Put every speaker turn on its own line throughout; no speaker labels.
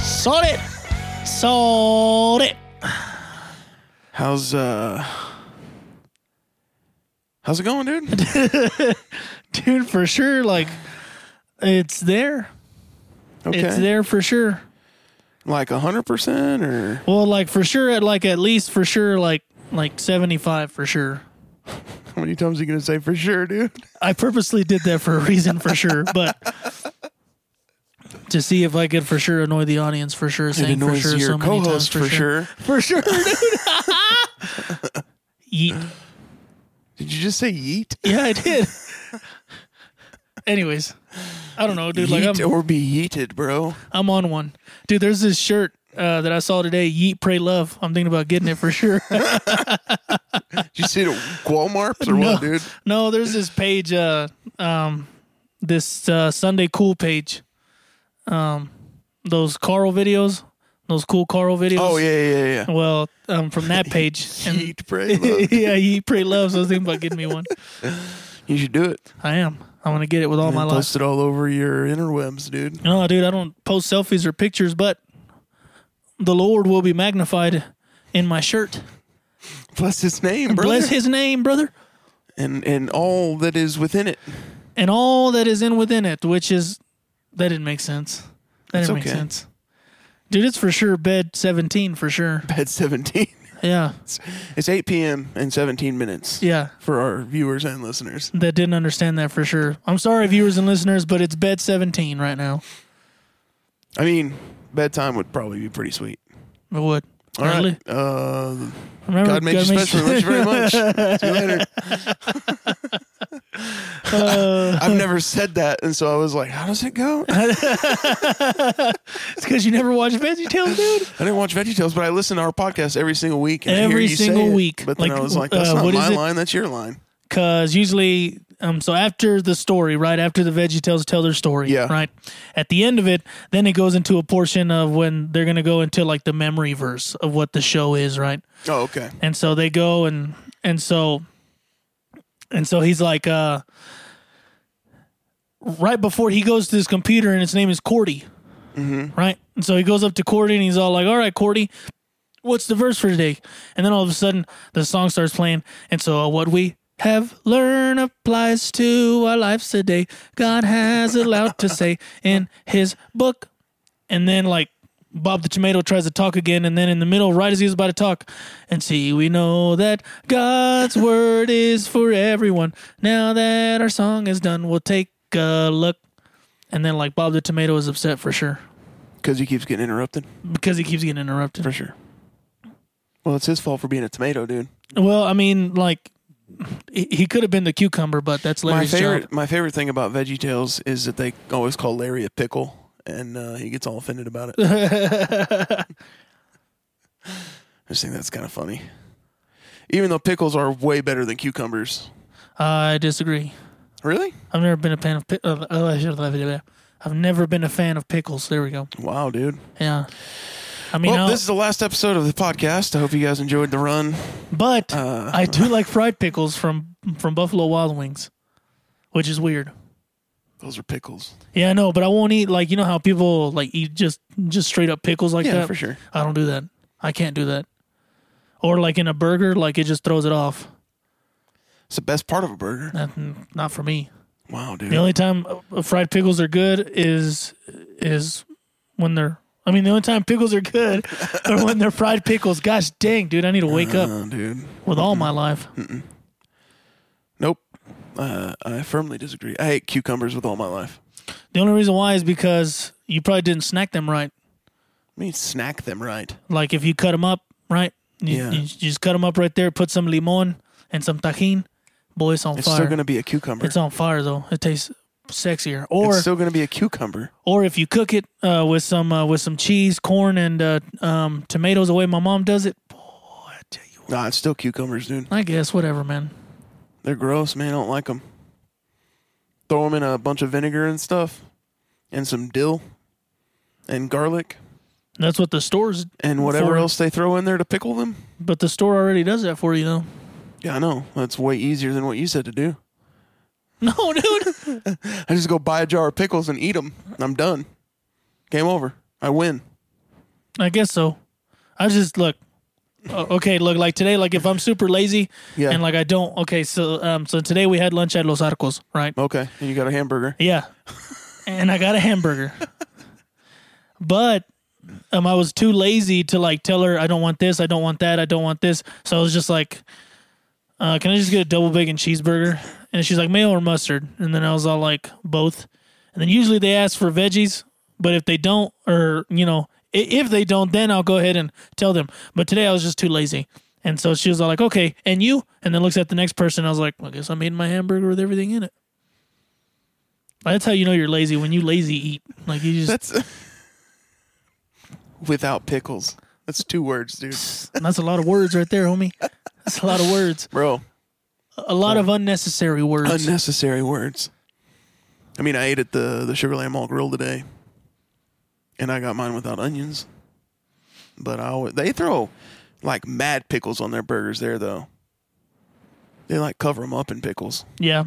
Sold it. Sold it.
How's uh How's it going, dude?
Dude, for sure. Like, it's there.
Okay.
It's there for sure.
Like hundred percent or
Well, like, for sure, at like at least for sure, like, like 75 for sure.
how many times are you gonna say for sure, dude?
I purposely did that for a reason, for sure, but to see if I could for sure annoy the audience, for sure,
It
saying for
annoys
sure,
your
so many times,
co-host
for, sure. for sure, dude. Yeet.
Did you just say yeet?
Yeah, I did. Anyways, I don't know, dude. Like,
yeet
I'm,
or be yeeted, bro.
I'm on one, dude. There's this shirt uh, that I saw today. Yeet, pray, love. I'm thinking about getting it for sure.
Did you see it at Walmart or
No.
what, dude?
No, there's this page, uh, um, this uh, Sunday Cool page. Um, those Carl videos, those cool Carl videos.
Oh yeah, yeah, yeah.
Well, um, from that page. And,
Yeet, pray, love.
yeah, he pretty loves. So I was thinking about getting me one.
You should do it.
I am. I'm gonna get it with all my life.
Post it all over your interwebs, dude.
No, dude, I don't post selfies or pictures, but the Lord will be magnified in my shirt.
Bless his name, bro.
Bless His name, brother.
and and all that is within it.
and all that is in within it, which is that didn't make sense. That
It's
didn't make
okay.
sense. Dude, it's for sure bed seventeen for sure.
Bed seventeen.
Yeah.
It's eight p.m. and seventeen minutes
Yeah.
for our viewers and listeners.
That didn't understand that for sure. I'm sorry, viewers and listeners, but it's bed seventeen right now.
I mean, bedtime would probably be pretty sweet.
It would.
All right.
Really?
Uh,
Remember,
God makes you special. Thank you very much. See you later.
Uh.
I've never said that, and so I was like, "How does it go?" I
It's because you never watch Veggie Tales, dude.
didn't watch VeggieTales, but I listen to our podcast every single week. And I hear
Every
you say
single
it.
week.
But then
Like,
I was like, "That's
uh,
not
what is
my
it?
line. That's your line."
Cause usually um so after the story, right? After the Veggie Tales tell their story.
Yeah.
Right. At the end of it, then it goes into a portion of when they're gonna go into like the memory verse of what the show is, right?
Oh, okay.
and so they go and and so and so he's like uh right before he goes to his computer and its name is cordy right and so he goes up to cordy and he's all like all right cordy what's the verse for today and then all of a sudden the song starts playing and so what we have learned applies to our lives today god has allowed to say in his book and then like Bob the Tomato tries to talk again, and then in the middle, right as he was about to talk, and see, we know that God's word is for everyone. Now that our song is done, we'll take a look. And then, like, Bob the Tomato is upset for sure
Because he keeps getting interrupted.
because he keeps getting interrupted.
For sure. Well, it's his fault for being a tomato, dude.
Well, I mean, like, he, he could have been the cucumber, but that's
my
Larry's
favorite,
job.
my favorite thing about Veggie Tales is that they always call Larry a pickle, and uh, he gets all offended about it. I just think that's kind of funny. Even though pickles are way better than cucumbers.
I disagree.
Really?
I've never been a fan of. pi- uh, uh, I should have- I've never been a fan of pickles. There we go.
Wow, dude.
Yeah. I mean,
Well,
I'll-
this is the last episode of the podcast. I hope you guys enjoyed the run.
But
Uh.
I do like fried pickles from from Buffalo Wild Wings, which is weird.
Those are pickles.
Yeah, I know, but I won't eat like you know how people like eat just just straight up pickles like
Yeah,
that.
for sure.
I don't do that. I can't do that. Or like in a burger, like it just throws it off.
It's the best part of a burger.
That- Not for me.
Wow,
The
dude.
only time uh, fried pickles are good is is when they're. I mean, the only time pickles are good are when they're fried pickles. Gosh dang, dude, I need to wake up
Uh, dude.
with all my life.
Nope. Uh, I firmly disagree. I hate cucumbers with all my life.
The only reason why is because you probably didn't snack them right.
I mean, snack them right.
like if you cut them up, right? You,
Yeah.
you just cut them up right there. Put some limon and some tajin. Boy, it's on
It's
fire.
still gonna be a cucumber.
it's on fire though. It tastes sexier. Or
it's still gonna be a cucumber.
or if you cook it uh, with some uh, with some cheese, corn, and uh, um, tomatoes, the way my mom does it. Boy, I tell you, what.
Nah, it's still cucumbers, dude.
I guess whatever, man.
They're gross, man. I don't like them. Throw them in a bunch of vinegar and stuff, and some dill, and garlic,
That's what the stores
and whatever
for-
else they throw in there to pickle them.
But the store already does that for you, though.
Yeah, I know. That's way easier than what you said to do.
No, dude.
I just go buy a jar of pickles and eat them. I'm done. Game over. I win.
I guess so. I just look. o- Okay, look like today, like if I'm super lazy
Yeah.
and like I don't. Okay, so um, so today we had lunch at Los Arcos, right?
Okay. And you got a hamburger.
Yeah, and I got a hamburger, but um, I was too lazy to like tell her I don't want this, I don't want that, I don't want this. So I was just like, uh, "Can I just get a double bacon cheeseburger?" And she's like, "Mayo or mustard?" And then I was all like, "Both." And then usually they ask for veggies, but if they don't, or you know, i- if they don't, then I'll go ahead and tell them. But today I was just too lazy. And so she was all like, okay, and you? And then looks at the next person. I was like, I guess I'm eating my hamburger with everything in it. That's how you know you're lazy when you lazy eat. Like you just
That's without pickles. That's two words, dude.
that's a lot of words right there, homie. That's a lot of words.
Bro,
A lot of unnecessary words.
unnecessary words. I mean, I ate at the the Sugar Lamb All Grill today, and I got mine without onions. But I always, they throw like mad pickles on their burgers there though. They like cover them up in pickles.
yeah.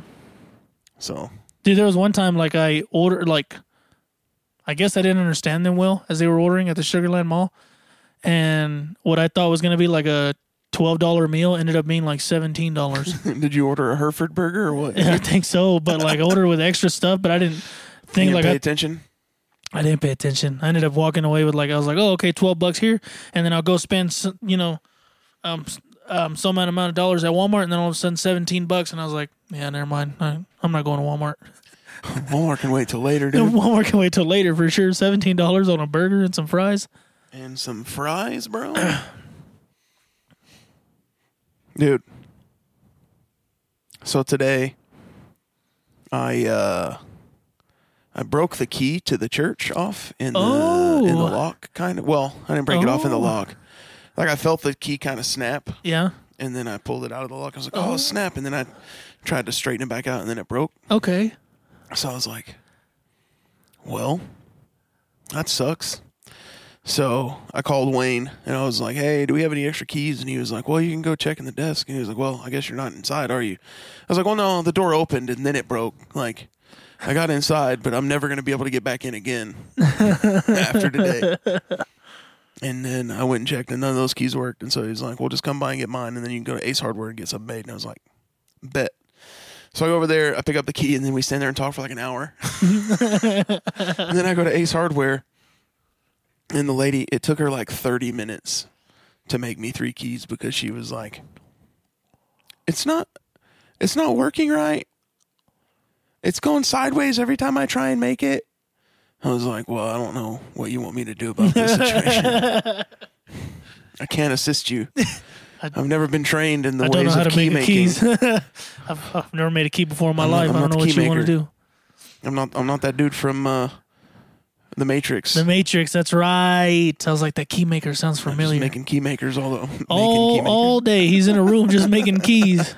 So
Dude, there was one time like I ordered like I guess I didn't understand them well as they were ordering at the Sugarland Mall. And what I thought was gonna be like a twelve dollar meal ended up being like seventeen dollars.
did you order a Hereford burger or what?
I think so, but like I ordered with extra stuff, but I didn't think
you
like
pay
I,
attention.
I didn't pay attention. I ended up walking away with like I was like, oh okay, twelve bucks here, and then I'll go spend s- you know, um, s- um, some amount amount of dollars at Walmart, and then all of a sudden seventeen bucks, and I was like, yeah, never mind, I, I'm not going to Walmart.
Walmart can wait till later, dude.
Walmart can wait till later for sure. Seventeen dollars on a burger and some fries.
And some fries, bro. Dude. So today I uh I broke the key to the church off in the in the
Oh.
lock kind of. Well, I didn't break it off in the
Oh.
lock. Like I felt the key kind of snap
Yeah.
and then I pulled it out of the lock. I was like, "Oh, snap." And then I tried to straighten it back out and then it broke.
Okay.
So I was like, well, that sucks. So I called Wayne and I was like, hey, do we have any extra keys? And he was like, well, you can go check in the desk. And he was like, well, I guess you're not inside, are you? I was like, well, no, the door opened and then it broke. Like, I got inside, but I'm never going to be able to get back in again after today. And then I went and checked and none of those keys worked. And so he was like, well, just come by and get mine. And then you can go to Ace Hardware and get something made. And I was like, bet. So I go over there, I pick up the key, and then we stand there and talk for like an hour. and then I go to Ace Hardware, and the lady, it took her like 30 minutes to make me three keys because she was like, "It's not, it's not working right. It's going sideways every time I try and make it." I was like, "Well, I don't know what you want me to do about this situation. I can't assist you. I've never been trained in the
I
ways
don't know how
of
to
key
make a
making."
keys. I've, I've never made a key before in my
I'm not-
life.
I'm
I don't
not
know
the
what
key
you want to
maker.
do.
I'm not. I'm not that dude from uh, the Matrix.
The Matrix. That's right. I was like, that key maker sounds
Just
familiar.
making key makers all the making
all
key makers.
all day he's in a room just making keys.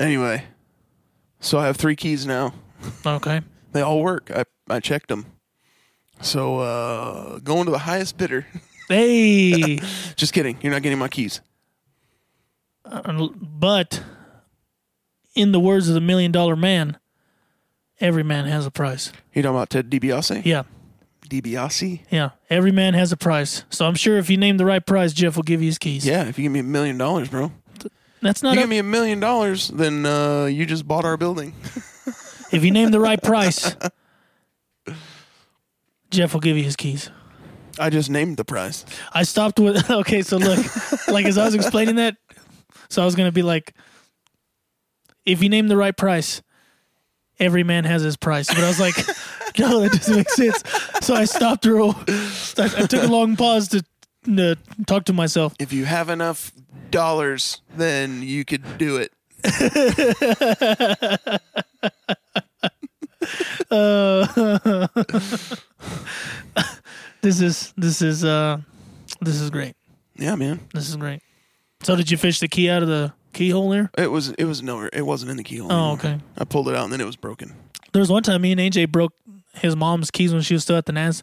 Anyway, so I have three keys now.
Okay.
They all work. I I checked them. So uh, going to the highest bidder.
Hey,
Just kidding. You're not getting my keys.
Uh, but in the words of the million dollar man, every man has a price.
You talking about Ted DiBiase?
Yeah,
DiBiase?
yeah. Every man has a price. So I'm sure if you name the right price, Jeff will give you his keys.
Yeah. If you give me a million dollars, bro.
That's
If
not
you
up
give me a million dollars, then uh, you just bought our building.
If you name the right price, Jeff will give you his keys.
I just named the price.
I stopped with okay, so look, like as I was explaining that, so I was gonna be like, if you name the right price, every man has his price. But I was like, no, that doesn't make sense. So I stopped her. I, I took a long pause to, to talk to myself.
If you have enough dollars, then you could do it.
This is this is uh, this is great.
Yeah, man.
This is great. So did you fish the key out of the keyhole there?
It was it was nowhere. It wasn't in the keyhole.
Oh,
anymore.
okay.
I pulled it out and then it was broken.
There was one time me and AJ broke his mom's keys when she was still at the NAS.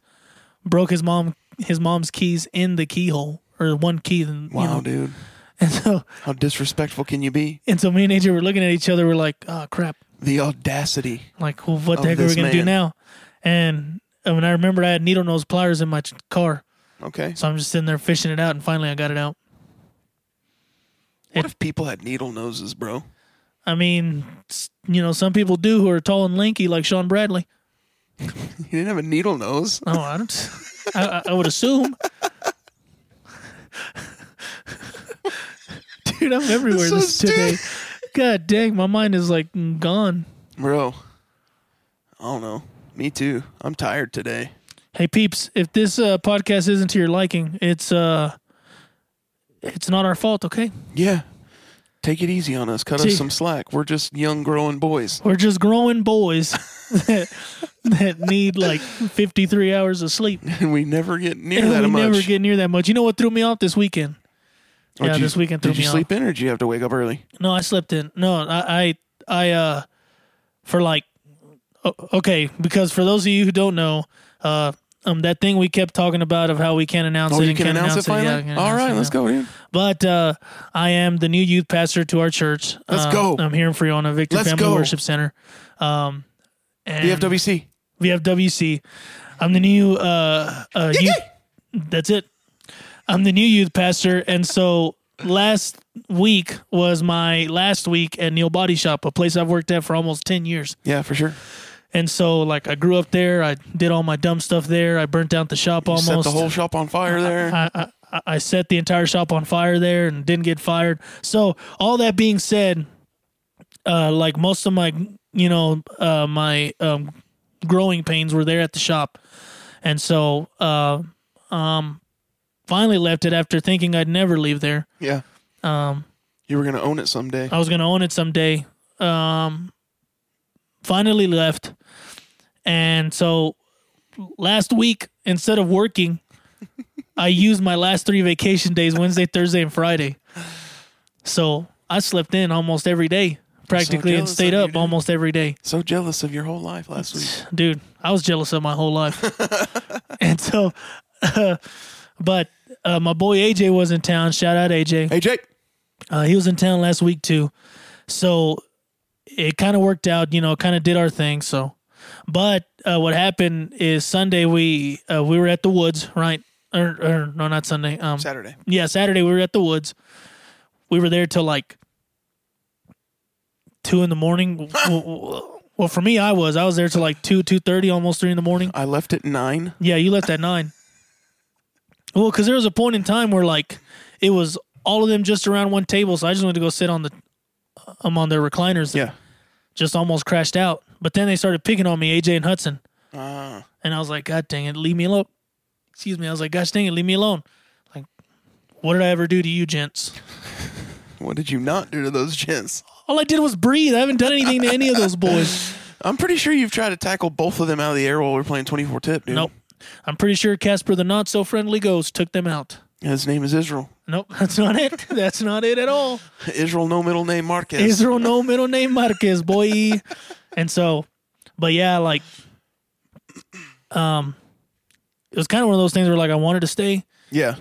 Broke his mom his mom's keys in the keyhole or one key. And,
Wow, dude.
And so
How disrespectful can you be?
and so me and AJ were looking at each other. We're like, oh crap!
The audacity.
Like, well, what
Of
the heck are we
Oh, this
gonna do
man.
now? And I mean, I remember I had needle nose pliers in my ch- car,
Okay.
So I'm just sitting there fishing it out, and finally I got it out.
What if people had needle noses, bro?
I mean, s- you know, some people do who are tall and lanky, like Sean Bradley.
You didn't have a needle nose.
Oh, I don't. I, I- I would assume. Dude, I'm everywhere
so
this today.
stupid.
God dang, my mind is like gone.
Bro. I don't know. Me too. I'm tired today.
Hey peeps, if this uh, podcast isn't to your liking, it's uh, it's not our fault. Okay,
Yeah. Take it easy on us. Cut
Take-
us some slack. We're just young, growing boys.
we're just growing boys that, that need like 53 hours of sleep.
And we never get near
And
that
we
much.
never get near that much. You know what threw me off this weekend?
Or
yeah,
did you-
this weekend threw
Did you
me off.
sleep in or did you have to wake up early?
No, I slept in. No, I, I, I, uh, for like, o- okay, because for those of you who don't know, uh, um, that thing we kept talking about of how we can't announce
Oh,
it
you
and
can
can't
announce it
yeah,
finally?
I can
All
announce
right,
it
let's
now.
go, dude.
But uh, I am the new youth pastor to our church.
Let's
Um,
go.
I'm here in Friona, Victor
Let's
Family
go.
Worship Center. Um, and
BFWC.
VFWC. I'm the new uh, uh youth. That's it. I'm the new youth pastor, and so last week was my last week at Neil Body Shop, a place I've worked at for almost ten years.
Yeah, for sure.
And so, like, I grew up there. I did all my dumb stuff there. I burnt down the shop almost. Uh,
Set the whole shop on fire there.
I, I- I, I set the entire shop on fire there and didn't get fired. So all that being said, uh, like most of my, you know, uh, my um, growing pains were there at the shop, and so uh, um, finally left it after thinking I'd never leave there.
yeah. Um, you were gonna own it someday.
I was gonna own it someday. Um, finally left, and so last week instead of working, I used my last three vacation days Wednesday, Thursday, and Friday. So I slept in almost every day, practically, and
jealous
stayed
of you,
up
dude.
almost every day.
so jealous of your whole life last week.
Dude, I was jealous of my whole life, and so, but uh, my boy AJ was in town. Shout out AJ.
Hey Jake.
Uh, he was in town last week too, so it kind of worked out. You know, kind of did our thing. So, but uh, what happened is Sunday we uh, we were at the woods, right? Or, or no, not Sunday. Um,
Saturday.
yeah, Saturday we were at the woods. We were there till like two in the morning. well, well, for me, I was. I was there till like two, two thirty, almost three in the morning.
I left at nine.
Yeah, you left at nine. Well, because there was a point in time where like it was all of them just around one table, so I just wanted to go sit on the um on their recliners.
Yeah.
just almost crashed out. But then they started picking on me, AJ and Hudson,
Ah.
and I was like, God dang it, leave me alone. Excuse me, I was like, Gosh dang it, leave me alone. Like, what did I ever do to you, gents?
what did you not do to those gents?
All I did was breathe. I haven't done anything to any of those boys.
I'm pretty sure you've tried to tackle both of them out of the air while we're playing 24 tip, dude.
Nope. I'm pretty sure Casper the not so friendly ghost took them out.
His name is Israel.
Nope, that's not it. That's not it at all.
Israel, no middle name, Marquez.
Israel, no middle name Marquez, boy. and so, but yeah, like, um, it was kind of one of those things where like I wanted to stay,
Yeah,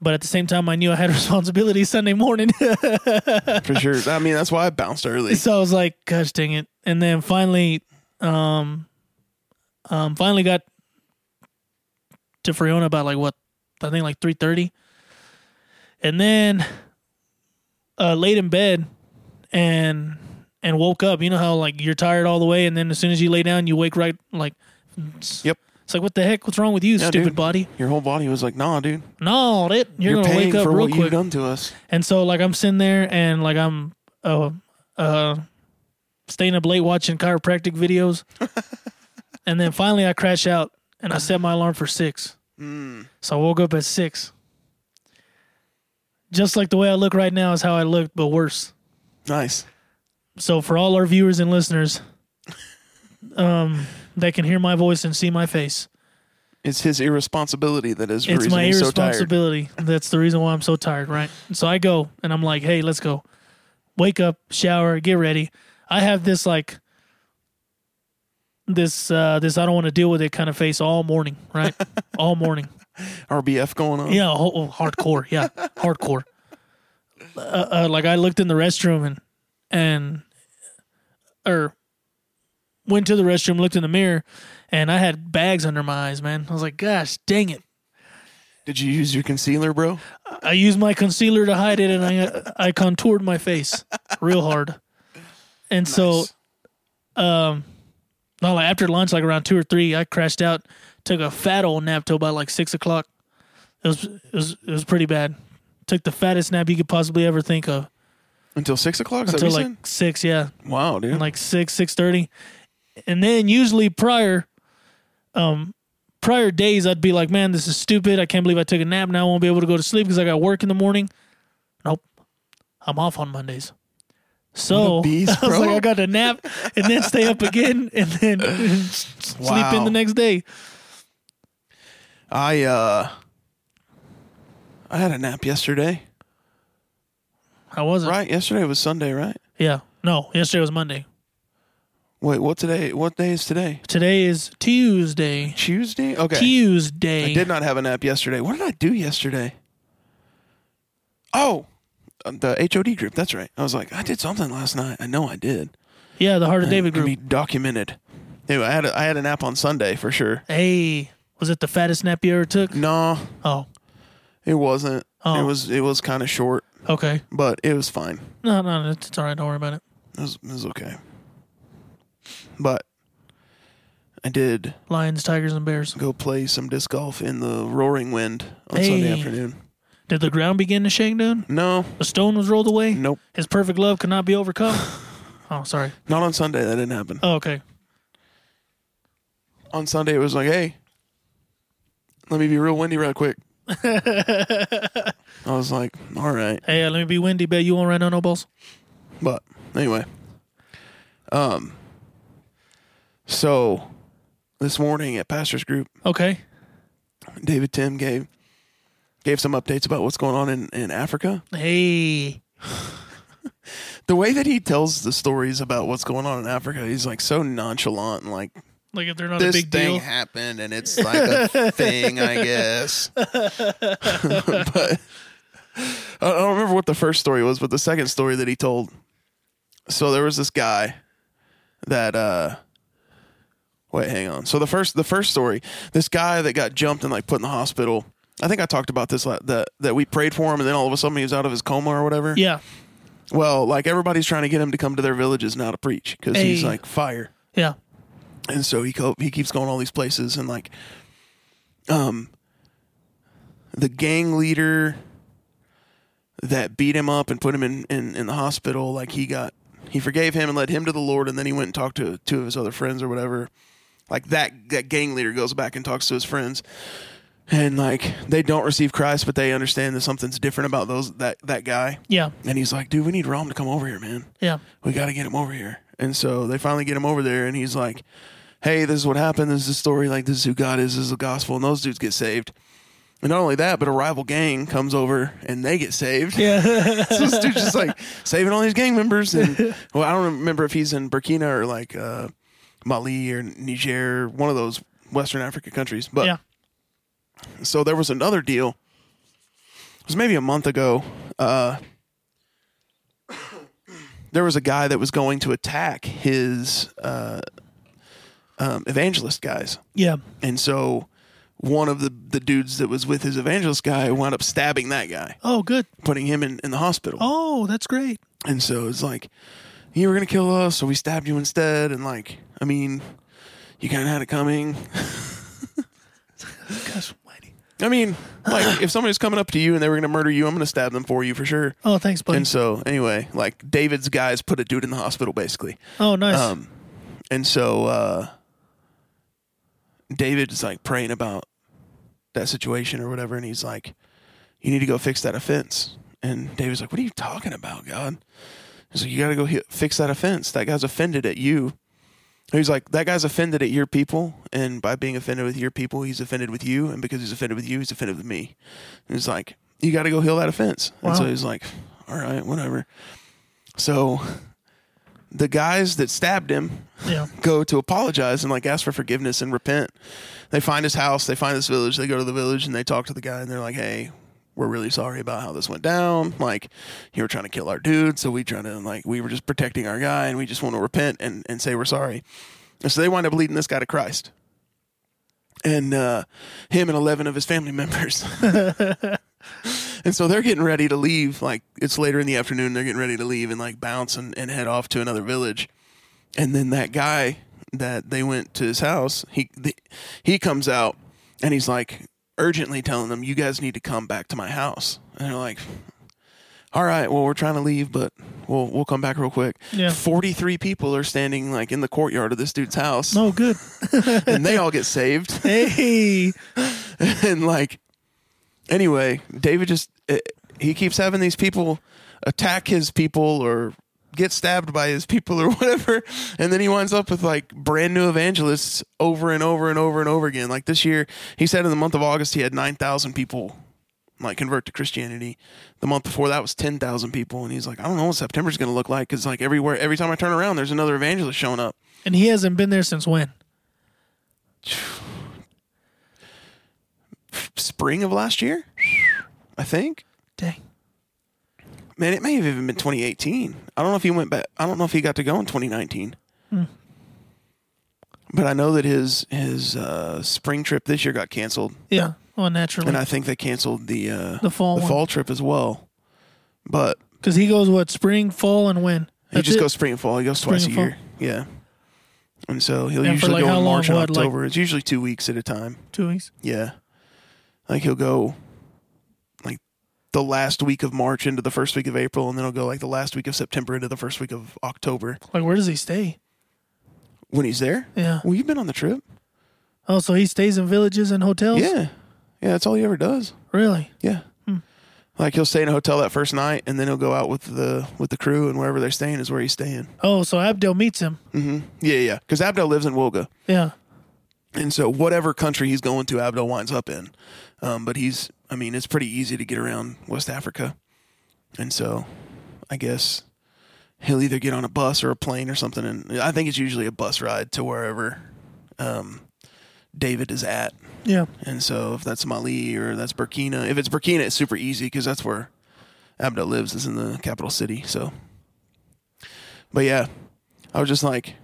but at the same time I knew I had responsibilities Sunday morning,
for sure. I mean, that's why I bounced early.
so I was like, gosh dang it. And then finally, um, um, finally got to Friona about like what I think like three thirty, and then uh, laid in bed and and woke up. You know how like you're tired all the way, and then as soon as you lay down, you wake right like. It's,
Yep.
It's like what the heck? What's wrong with you, stupid
dude.
body?
Your whole body was like, nah, dude.
No, it you're,
You're,
gonna
paying
wake up
for
real
what you've
quick.
done to us.
And so like I'm sitting there and like I'm uh uh staying up late watching chiropractic videos. and then finally I crash out and I set my alarm for six. So I woke up at six. Just like the way I look right now is how I looked, but worse.
Nice.
So for all our viewers and listeners, um that can hear my voice and see my face.
It's his irresponsibility that is the
It's
reason
my
he's so tired.
irresponsibility. That's the reason why I'm so tired, right? So I go and I'm like, hey, let's go. Wake up, shower, get ready. I have this like this uh this I don't want to deal with it kind of face all morning, right? all morning.
RBF going on.
Yeah, ho- oh, hardcore. Yeah, hardcore. Uh, uh, like I looked in the restroom and and or went to the restroom, looked in the mirror, and I had bags under my eyes, man. I was like, gosh, dang it.
Did you use your concealer, bro?
I used my concealer to hide it, and I I contoured my face real hard. And so,
Nice.
no, like after lunch, like around two or three, I crashed out, took a fat old nap till about like six o'clock. It was it was it was pretty bad. Took the fattest nap you could possibly ever think of
until six o'clock. Is
until
that what
like
you
six, yeah,
said? Wow, dude.
like six six thirty, and then usually prior, um, prior days I'd be like, man, this is stupid. I can't believe I took a nap. Now I won't be able to go to sleep because I got work in the morning. Nope, I'm off on Mondays. So
beast,
I was
bro.
like, I got to nap and then stay up again and then sleep in
Wow.
the next day.
I uh, I had a nap yesterday.
How was it?
Right, yesterday was Sunday, right?
Yeah. No, yesterday was Monday.
Wait, what today? What day is today?
Today is Tuesday.
Tuesday. Okay.
Tuesday.
I did not have a nap yesterday. What did I do yesterday? Oh, uh, the HOD group. That's right. I was like, I did something last night. I know I did.
Yeah, the Heart of David
It'll
group.
be documented. Anyway, I had a, I had a nap on Sunday for sure.
Hey, was it the fattest nap you ever took?
No,
Oh,
it wasn't.
Oh.
It was it was kind of short,
okay.
but it was fine.
No, no, it's, it's all right. Don't worry about it.
It was, it was okay. But I did
Lions, tigers, and bears.
go play some disc golf in the roaring wind on Sunday
Hey.
afternoon.
Did the ground begin to shake down?
No,
The stone was rolled away.
nope,
His perfect love could not be overcome. oh, sorry.
not on Sunday. That didn't happen.
Oh, okay.
on Sunday it was like, hey, let me be real windy right quick. I was like, all right.
Hey, uh, let me be windy. Bet you won't run on no balls.
But anyway. Um so this morning at Pastor's Group,
Okay.
David Tim gave gave some updates about what's going on in, in Africa.
Hey.
The way that he tells the stories about what's going on in Africa, he's like so nonchalant and like
Like if they're not a
this
big
thing
deal.
happened and it's like a thing, I guess. but I don't remember what the first story was, but the second story that he told. So there was this guy that uh wait, hang on. So the first the first story, this guy that got jumped and like put in the hospital. I think I talked about this la- that that we prayed for him and then all of a sudden he was out of his coma or whatever.
yeah.
Well, like everybody's trying to get him to come to their villages now to preach cuz he's
Hey.
like fire
Yeah.
and so he co- he keeps going all these places and like um the gang leader that beat him up and put him in in, in the hospital like he got he forgave him and led him to the lord and then he went and talked to two of his other friends or whatever like that that gang leader goes back and talks to his friends and like they don't receive christ but they understand that something's different about those that that guy
Yeah.
and he's like dude we need rom to come over here man
Yeah.
we got to get him over here. And so they finally get him over there, and he's like, hey, this is what happened. This is the story. Like, this is who God is. This is the gospel. And those dudes get saved. And not only that, but a rival gang comes over and they get saved.
Yeah.
so this dude's just like saving all these gang members. And well, I don't remember if he's in Burkina or like uh, Mali or Niger, one of those Western Africa countries. But
yeah.
so there was another deal. It was maybe a month ago. Uh, there was a guy that was going to attack his uh, um, evangelist guys,
Yeah.
and so one of the the dudes that was with his evangelist guy wound up stabbing that guy,
Oh, good.
putting him in, in the hospital.
Oh, that's great.
And so it's like, you were gonna kill us, so we stabbed you instead. And like, I mean, you kind of had it coming.
Gosh, mighty.
I mean, like, if somebody's coming up to you and they were gonna murder you, I'm gonna stab them for you for sure.
Oh, thanks, buddy.
And so, anyway, like David's guys put a dude in the hospital basically.
oh, nice.
Um, and so uh, David's like praying about that situation or whatever, and he's like, "You need to go fix that offense." And David's like, "What are you talking about, God?" He's like, "You got to go he- fix that offense. That guy's offended at you." He's like, "That guy's offended at your people, and by being offended with your people, he's offended with you, and because he's offended with you, he's offended with me." And he's like, "You got to go heal that offense." And so
Wow.
he's like, "All right, whatever." So the guys that stabbed him
yeah.
go to apologize and like ask for forgiveness and repent. They find his house, they find this village, they go to the village and they talk to the guy and they're like, "Hey, we're really sorry about how this went down. Like, you were trying to kill our dude, so we trying to like we were just protecting our guy and we just want to repent and and say we're sorry." And so they wind up leading this guy to Christ. and uh, him and 11 of his family members. and so they're getting ready to leave. Like it's later in the afternoon, they're getting ready to leave and like bounce and, and head off to another village. And then that guy that they went to his house, he the, he comes out and he's like urgently telling them, "You guys need to come back to my house." And they're like, "All right, well we're trying to leave, but we'll we'll come back real quick."
Yeah.
Forty three people are standing like in the courtyard of this dude's house,
No, Oh, good.
and they all get saved
hey,
and like anyway david just eh, he keeps having these people attack his people or get stabbed by his people or whatever and then he winds up with like brand new evangelists over and over and over and over again like this year he said in the month of august he had 9000 people like convert to christianity the month before that was 10000 people and he's like i don't know what september's going to look like because like everywhere every time i turn around there's another evangelist showing up
and he hasn't been there since when?
spring of last year i think
Dang.
Man, it may have even been 2018. I don't know if he went back. I don't know if he got to go in 2019. But I know that his his uh, spring trip this year got canceled,
Yeah. Well, naturally,
and I think they canceled the uh,
The fall one.
trip as well. But
because he goes what spring, fall, and when.
he
That's
just
it?
goes spring and fall. He goes
Spring
twice a
and fall.
year. Yeah. And so he'll
And for
usually
like
go
how
in
long?
March and
What, like-
October. it's usually two weeks at a time.
two weeks.
Yeah. Like he'll go like the last week of March into the first week of April, and then he'll go like the last week of September into the first week of October.
Like, where does he stay?
When he's there?
Yeah.
Well, you've been on the trip.
Oh, so he stays in villages and hotels.
Yeah. Yeah, that's all he ever does.
Really?
Yeah. Like he'll stay in a hotel that first night and then he'll go out with the with the crew and wherever they're staying is where he's staying.
Oh, so Abdel meets him.
Yeah, yeah. Cuz Abdel lives in Wolga.
Yeah.
And so whatever country he's going to Abdel winds up in. Um, but he's I mean, it's pretty easy to get around West Africa. And so I guess he'll either get on a bus or a plane or something and I think it's usually a bus ride to wherever um, David is at.
Yeah.
And so if that's Mali or that's Burkina, if it's Burkina, it's super easy because that's where Abdel lives, is in the capital city. So, but yeah, I was just like,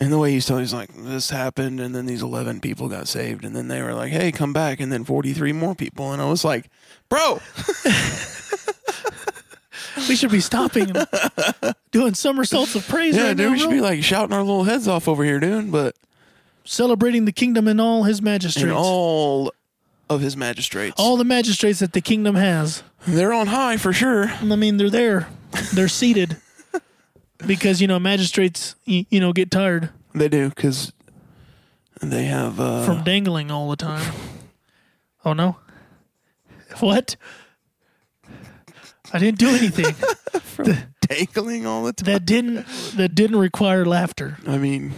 and the way he's telling, he's like, this happened, and then these 11 people got saved, and then they were like, hey, come back, and then 43 more people. And I was like, bro,
We should be stopping him, doing somersaults of praise
yeah,
right
dude,
now,
we should
bro.
be like shouting our little heads off over here, dude. But
celebrating the kingdom and all his magistrates,
in all of his magistrates,
all the magistrates that the kingdom has.
they're on high for sure.
I mean, they're there, they're seated, because you know magistrates, you, you know, get tired
They do because they have. Uh,
from dangling all the time. Oh no, what? I didn't do anything
dangling all the time.
that didn't that didn't require laughter,
I mean,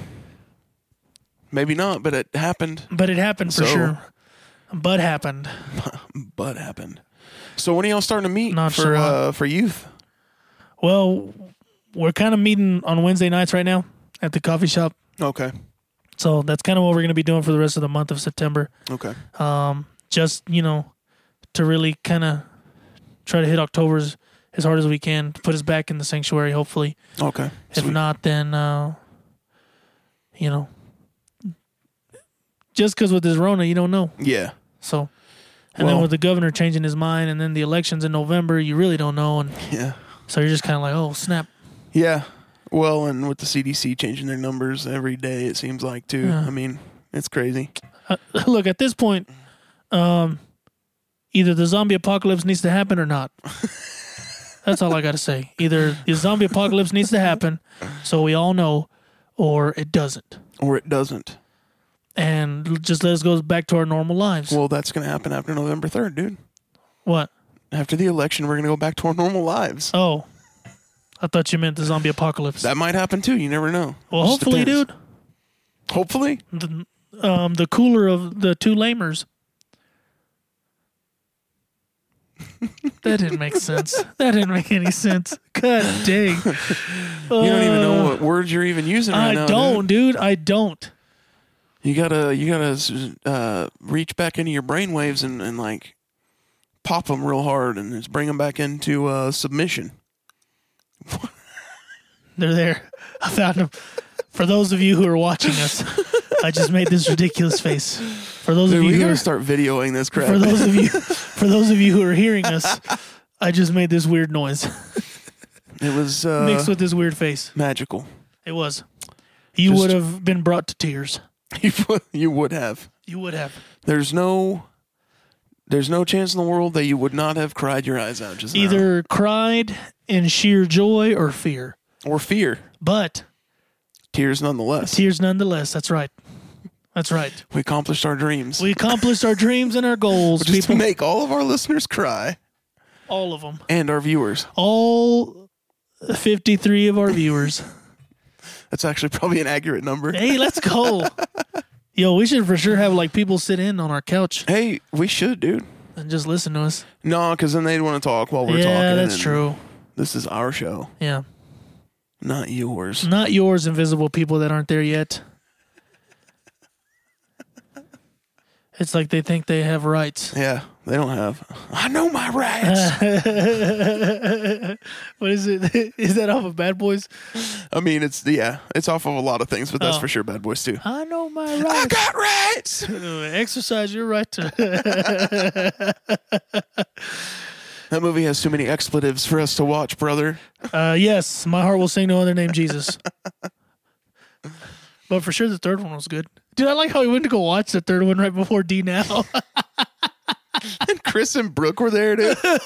maybe not, but it happened.
but it happened for
So-
sure. But happened.
But happened. So when are y'all starting to meet
Not
for
sure.
uh, for youth?
Well, we're kind of meeting on Wednesday nights right now at the coffee shop.
Okay.
So that's kind of what we're going to be doing for the rest of the month of September.
Okay.
Just, you know, to really kind of try to hit October's as hard as we can, to put us back in the sanctuary, hopefully.
Okay.
If
Sweet.
not, then, uh, you know, just because with this Rona, you don't know.
Yeah.
So, and
Well-
then with the governor changing his mind and then the elections in November, you really don't know. And
Yeah.
so you're just kind of like, oh, snap.
Yeah. Well, and with the CDC changing their numbers every day, it seems like too. I mean, it's crazy.
look at this point um either the zombie apocalypse needs to happen or not that's all i gotta say either the zombie apocalypse needs to happen so we all know or it doesn't
Or it doesn't.
and l- just let us go back to our normal lives
Well, that's gonna happen after November third, dude.
what
After the election, we're gonna go back to our normal lives.
oh i thought you meant the zombie apocalypse
That might happen too. You never know.
well
Just
hopefully
depends. Hopefully.
dude um the cooler of the two lamers that didn't make sense that didn't make any sense god dang
You don't even know what words you're even using
Uh,
right
I
now. dude.
don't, dude. I don't.
You gotta you gotta uh, reach back into your brainwaves and and like pop them real hard and just bring them back into uh, submission.
They're there. I found them. For those of you who are watching us, I just made this ridiculous face. For those
Dude,
of you
we
who
gotta
are,
start videoing this crap.
for those of you for those of you who are hearing us, I just made this weird noise
it was uh,
mixed with this weird face.
magical.
It was. You
Just-
would have been brought to tears.
You would- you would have.
You would have.
There's no, there's no chance in the world that you would not have cried your eyes out just now.
Either cried in sheer joy or fear.
or fear,
But
tears nonetheless.
tears nonetheless. That's right. That's right.
we accomplished our dreams.
We accomplished our dreams and our goals,
just
people.
to make all of our listeners cry
all of them.
and our viewers.
All 53 of our viewers.
That's actually probably an accurate number.
hey, let's go. Yo, we should for sure have like people sit in on our couch
Hey, we should, dude.
and just listen to us.
No, because then they'd want to talk while we're
yeah,
talking.
that's
and
true.
This is our show,
Yeah.
not yours.
Not yours, invisible people that aren't there yet. It's like they think they have rights.
Yeah, they don't have. I know my
Uh.
rights.
What is it? Is that off of Bad Boys?
I mean, it's yeah, it's off of a lot of things, but that's
Oh.
for sure. Bad Boys too.
I know my
I
rights.
got rights.
Exercise your right to.
That movie has too many expletives for us to watch, brother.
Uh, yes, my heart will sing no other name, Jesus. but for sure, the third one was good. Dude, I like how we went to go watch the third one right before D now.
And Chris and Brooke were there, dude. and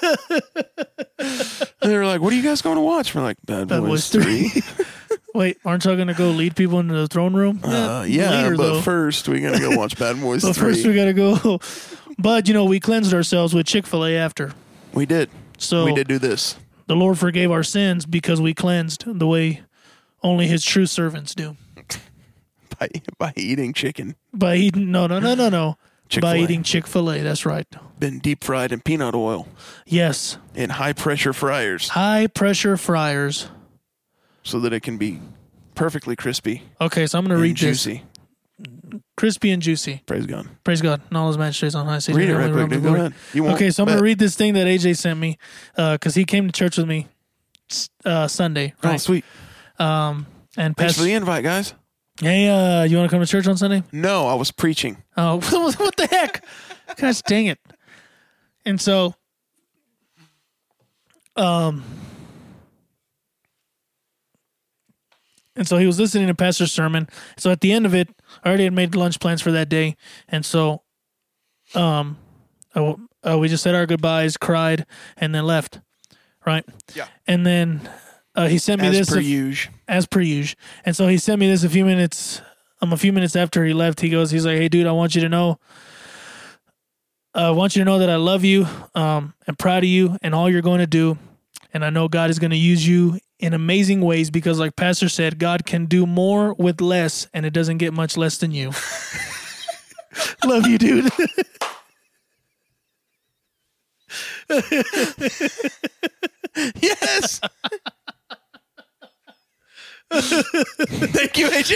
they were like, "What are you guys going to watch?" We're like, "Bad,
Bad
Boys,
Boys
3.
Wait, aren't y'all gonna go lead people into the throne room?
Uh, yeah,
later,
but
though.
first we gotta go watch Bad Boys
But
Three.
first we gotta go. but you know, we cleansed ourselves with Chick Fil A after,
we did.
so
we did do this.
the Lord forgave our sins because we cleansed the way only His true servants do
by by eating chicken.
by eating. No, no, no, no, no.
Chick-fil-A.
By eating Chick Fil A. That's right.
Been deep fried in peanut oil
Yes,
in high pressure fryers
high pressure fryers.
so that it can be perfectly crispy
Okay, so I'm gonna read
and juicy.
this. Crispy and juicy.
Praise God.
Praise God. And all his magistrates on high seas.
Read it
Only
right quick,
realms of
dude. Go
glory.
ahead. You won't,
Okay, so I'm
but-
gonna read this thing that AJ sent me, because he came to church with me s- uh, Sunday,
Oh,
right?
sweet.
and
Thanks
Pastor,
for the invite, guys.
hey, uh, you want to come to church on Sunday?
No, I was preaching.
Oh, what the heck? Gosh, dang it! And so, um, and so he was listening to Pastor's sermon. So at the end of it, I already had made lunch plans for that day, and so, um, I, uh, we just said our goodbyes, cried, and then left. Right.
Yeah.
And then uh, he sent me
As
this
per
a-
usual.
as per usual. And so he sent me this a few minutes, um, a few minutes after he left. He goes, he's like, "Hey, dude, I want you to know, uh, I want you to know that I love you, um, and proud of you, and all you're going to do, and I know God is going to use you in amazing ways because, like Pastor said, God can do more with less, and it doesn't get much less than you. love you, dude."
Yes. Thank you, AJ.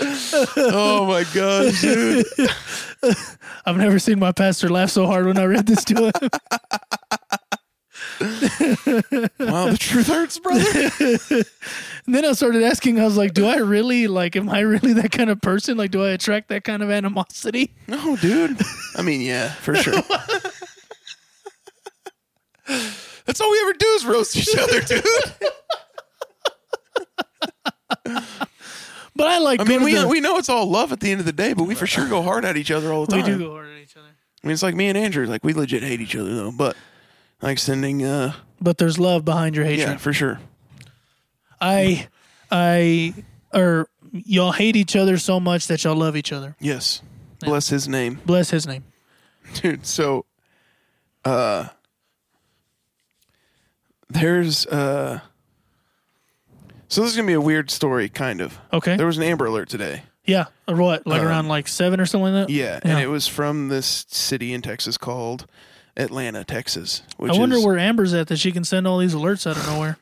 oh my god, dude.
I've never seen my pastor laugh so hard when I read this to him.
Wow, the truth hurts, brother.
And then I started asking, I was like, do I really, like, am I really that kind of person? Like, do I attract that kind of animosity?
No, dude. I mean, yeah, for sure. That's all we ever do is roast each other, dude.
But I like
I
going
mean,
to
we
the-
we know it's all love at the end of the day, but we for sure go hard at each other all the
we
time.
do go hard at each other.
I mean, it's like me and Andrew, like we legit hate each other though, but like sending, uh,
But there's love behind your hatred.
yeah, for sure.
I, I, or y'all hate each other so much that y'all love each other.
Yes. Bless his name,
Bless his name.
dude. So, uh, there's, uh, so this is gonna be a weird story, kind of.
Okay.
There was an Amber Alert today.
yeah. Or what? Like around like seven or something like that?
Yeah, and it was from this city in Texas called Atlanta, Texas. Which
I wonder
is,
where Amber's at that she can send all these alerts out of nowhere.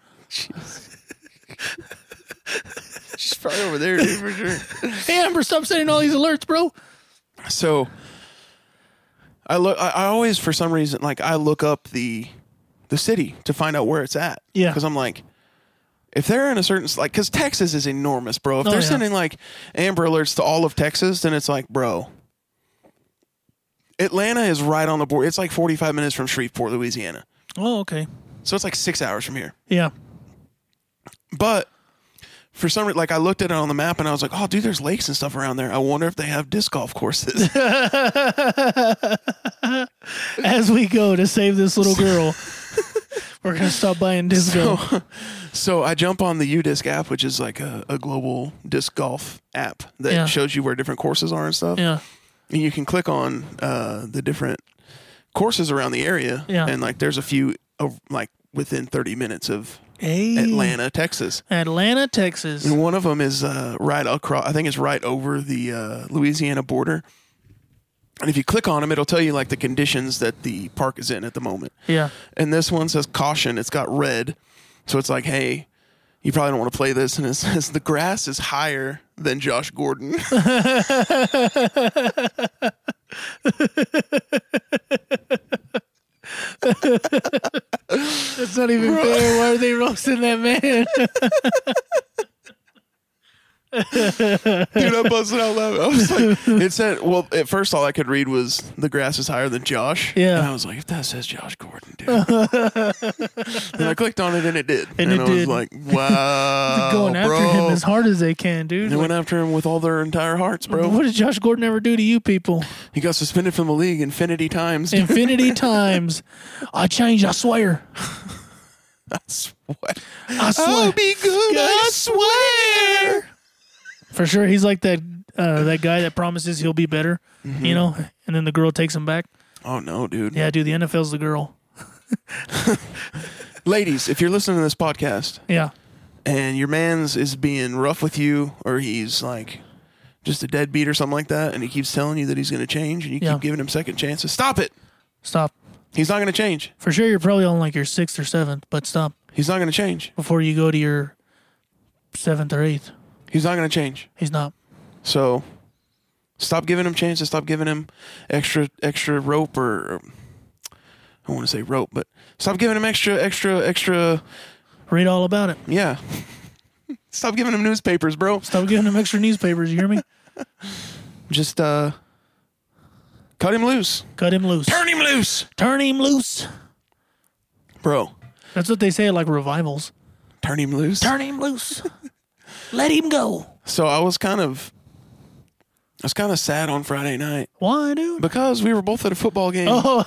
she's probably over there dude, for sure.
hey, Amber, stop sending all these alerts, bro.
So I look. I, I always, for some reason, like I look up the the city to find out where it's at.
Yeah.
Because I'm like, if they're in a certain like, because Texas is enormous, bro. If
Oh,
they're
yeah.
sending like Amber Alerts to all of Texas, then it's like, bro. Atlanta is right on the board. It's like 45 minutes from Shreveport, Louisiana.
Oh, okay.
So it's like six hours from here.
Yeah.
But for some reason, like I looked at it on the map and I was like, oh, dude, there's lakes and stuff around there. I wonder if they have disc golf courses.
As we go to save this little girl, we're gonna stop buying disco.
so I jump on the U Disc app, which is like a, a global disc golf app that
Yeah.
shows you where different courses are and stuff.
yeah.
And you can click on uh, the different courses around the area.
Yeah.
And like there's a few of, like within 30 minutes of
Hey.
Atlanta, Texas.
Atlanta, Texas.
And one of them is uh, right across. I think it's right over the uh, Louisiana border. And if you click on them, it'll tell you like the conditions that the park is in at the moment.
Yeah.
And this one says caution. It's got red, so it's like, hey, you probably don't want to play this. And it says the grass is higher than Josh Gordon.
That's not even fair. Why are they roasting that man?
Dude, I busted out loud. I was like, it said, well, at first all I could read was the grass is higher than Josh.
Yeah.
And I was like, if that says Josh Gordon, dude. and I clicked on it and it did.
And it
I
did.
was like, wow.
Going after
Oh, bro.
him as hard as they can, dude.
They
Like,
went after him with all their entire hearts, bro.
what did Josh Gordon ever do to you people?
He got suspended from the league infinity times. dude.
Infinity times. I change, I swear.
That's what.
I swear.
I'll Oh, be good, I swear.
For sure, he's like that uh, that guy that promises he'll be better,
Mm-hmm.
you know, and then the girl takes him back.
Oh, no, dude.
Yeah, dude, the NFL's the girl.
Ladies, if you're listening to this podcast
Yeah,
and your man's is being rough with you or he's like just a deadbeat or something like that and he keeps telling you that he's going to change and you
Yeah.
keep giving him second chances, stop it.
stop.
He's not going to change.
For sure, you're probably on like your sixth or seventh, but stop
He's not going to change.
before you go to your seventh or eighth.
He's not going to change.
He's not.
So stop giving him chances. Stop giving him extra extra rope or, or I want to say rope, but stop giving him extra extra extra.
Read all about it.
Yeah. stop giving him newspapers, bro.
Stop giving him extra newspapers. You hear me?
Just uh, cut him loose.
Cut him loose.
Turn him loose,
Turn him loose.
bro.
That's what they say at like revivals.
Turn him loose.
Turn him loose. Let him go.
So I was kind of, I was kind of sad on Friday night
Why, dude?
because we were both at a football game
Oh.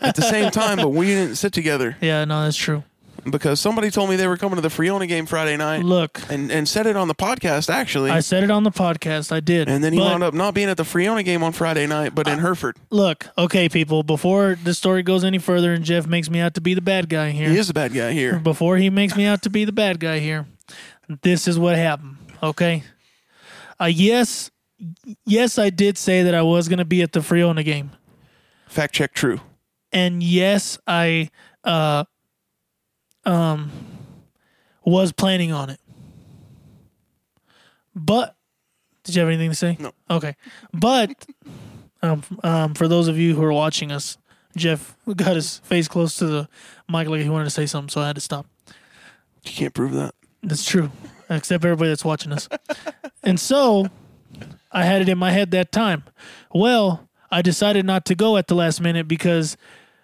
at the same time, but we didn't sit together
Yeah, no, that's true.
because somebody told me they were coming to the Friona game Friday night.
Look,
and and said it on the podcast actually.
I said it on the podcast. I did.
and then he
but-
wound up not being at the Friona game on Friday night, but in Hereford.
Look, okay, people, before this story goes any further and Jeff makes me out to be the bad guy here,
He is a bad guy here.
before he makes me out to be the bad guy here, this is what happened, okay? Uh, yes, yes, I did say that I was going to be at the Friona game.
Fact check true.
And yes, I uh, um, was planning on it. But, did you have anything to say?
No.
Okay. But um, um, for those of you who are watching us, Jeff got his face close to the mic like he wanted to say something, so I had to stop.
You can't prove that.
That's true, except everybody that's watching us. and so I had it in my head that time. Well, I decided not to go at the last minute because,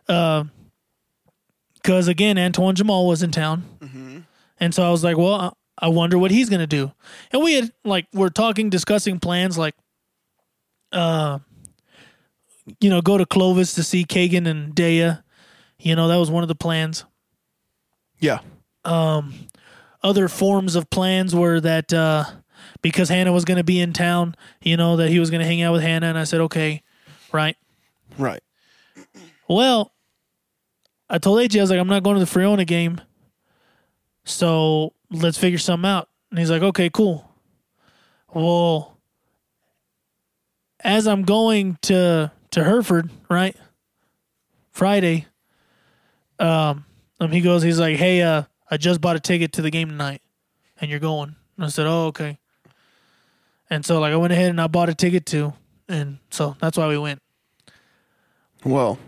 because again, Antoine Jamal was in town, and so I was like, well, I I wonder what he's gonna do. And we had like we're talking, discussing plans, like, uh, you know, go to Clovis to see Kagan and Dea. You know, that was one of the plans
Yeah.
other forms of plans were that uh, because Hannah was going to be in town, you know, that he was going to hang out with Hannah. And I said, okay, right.
Right.
Well, I told AJ, I was like, I'm not going to the Friona game. So let's figure something out. And he's like, okay, cool. Well, as I'm going to to Hereford, right? Friday, um, um, he goes, he's like, hey, uh, I just bought a ticket to the game tonight, and you're going. And I said, oh, okay. And so, like, I went ahead and I bought a ticket too, and so that's why we went.
Well,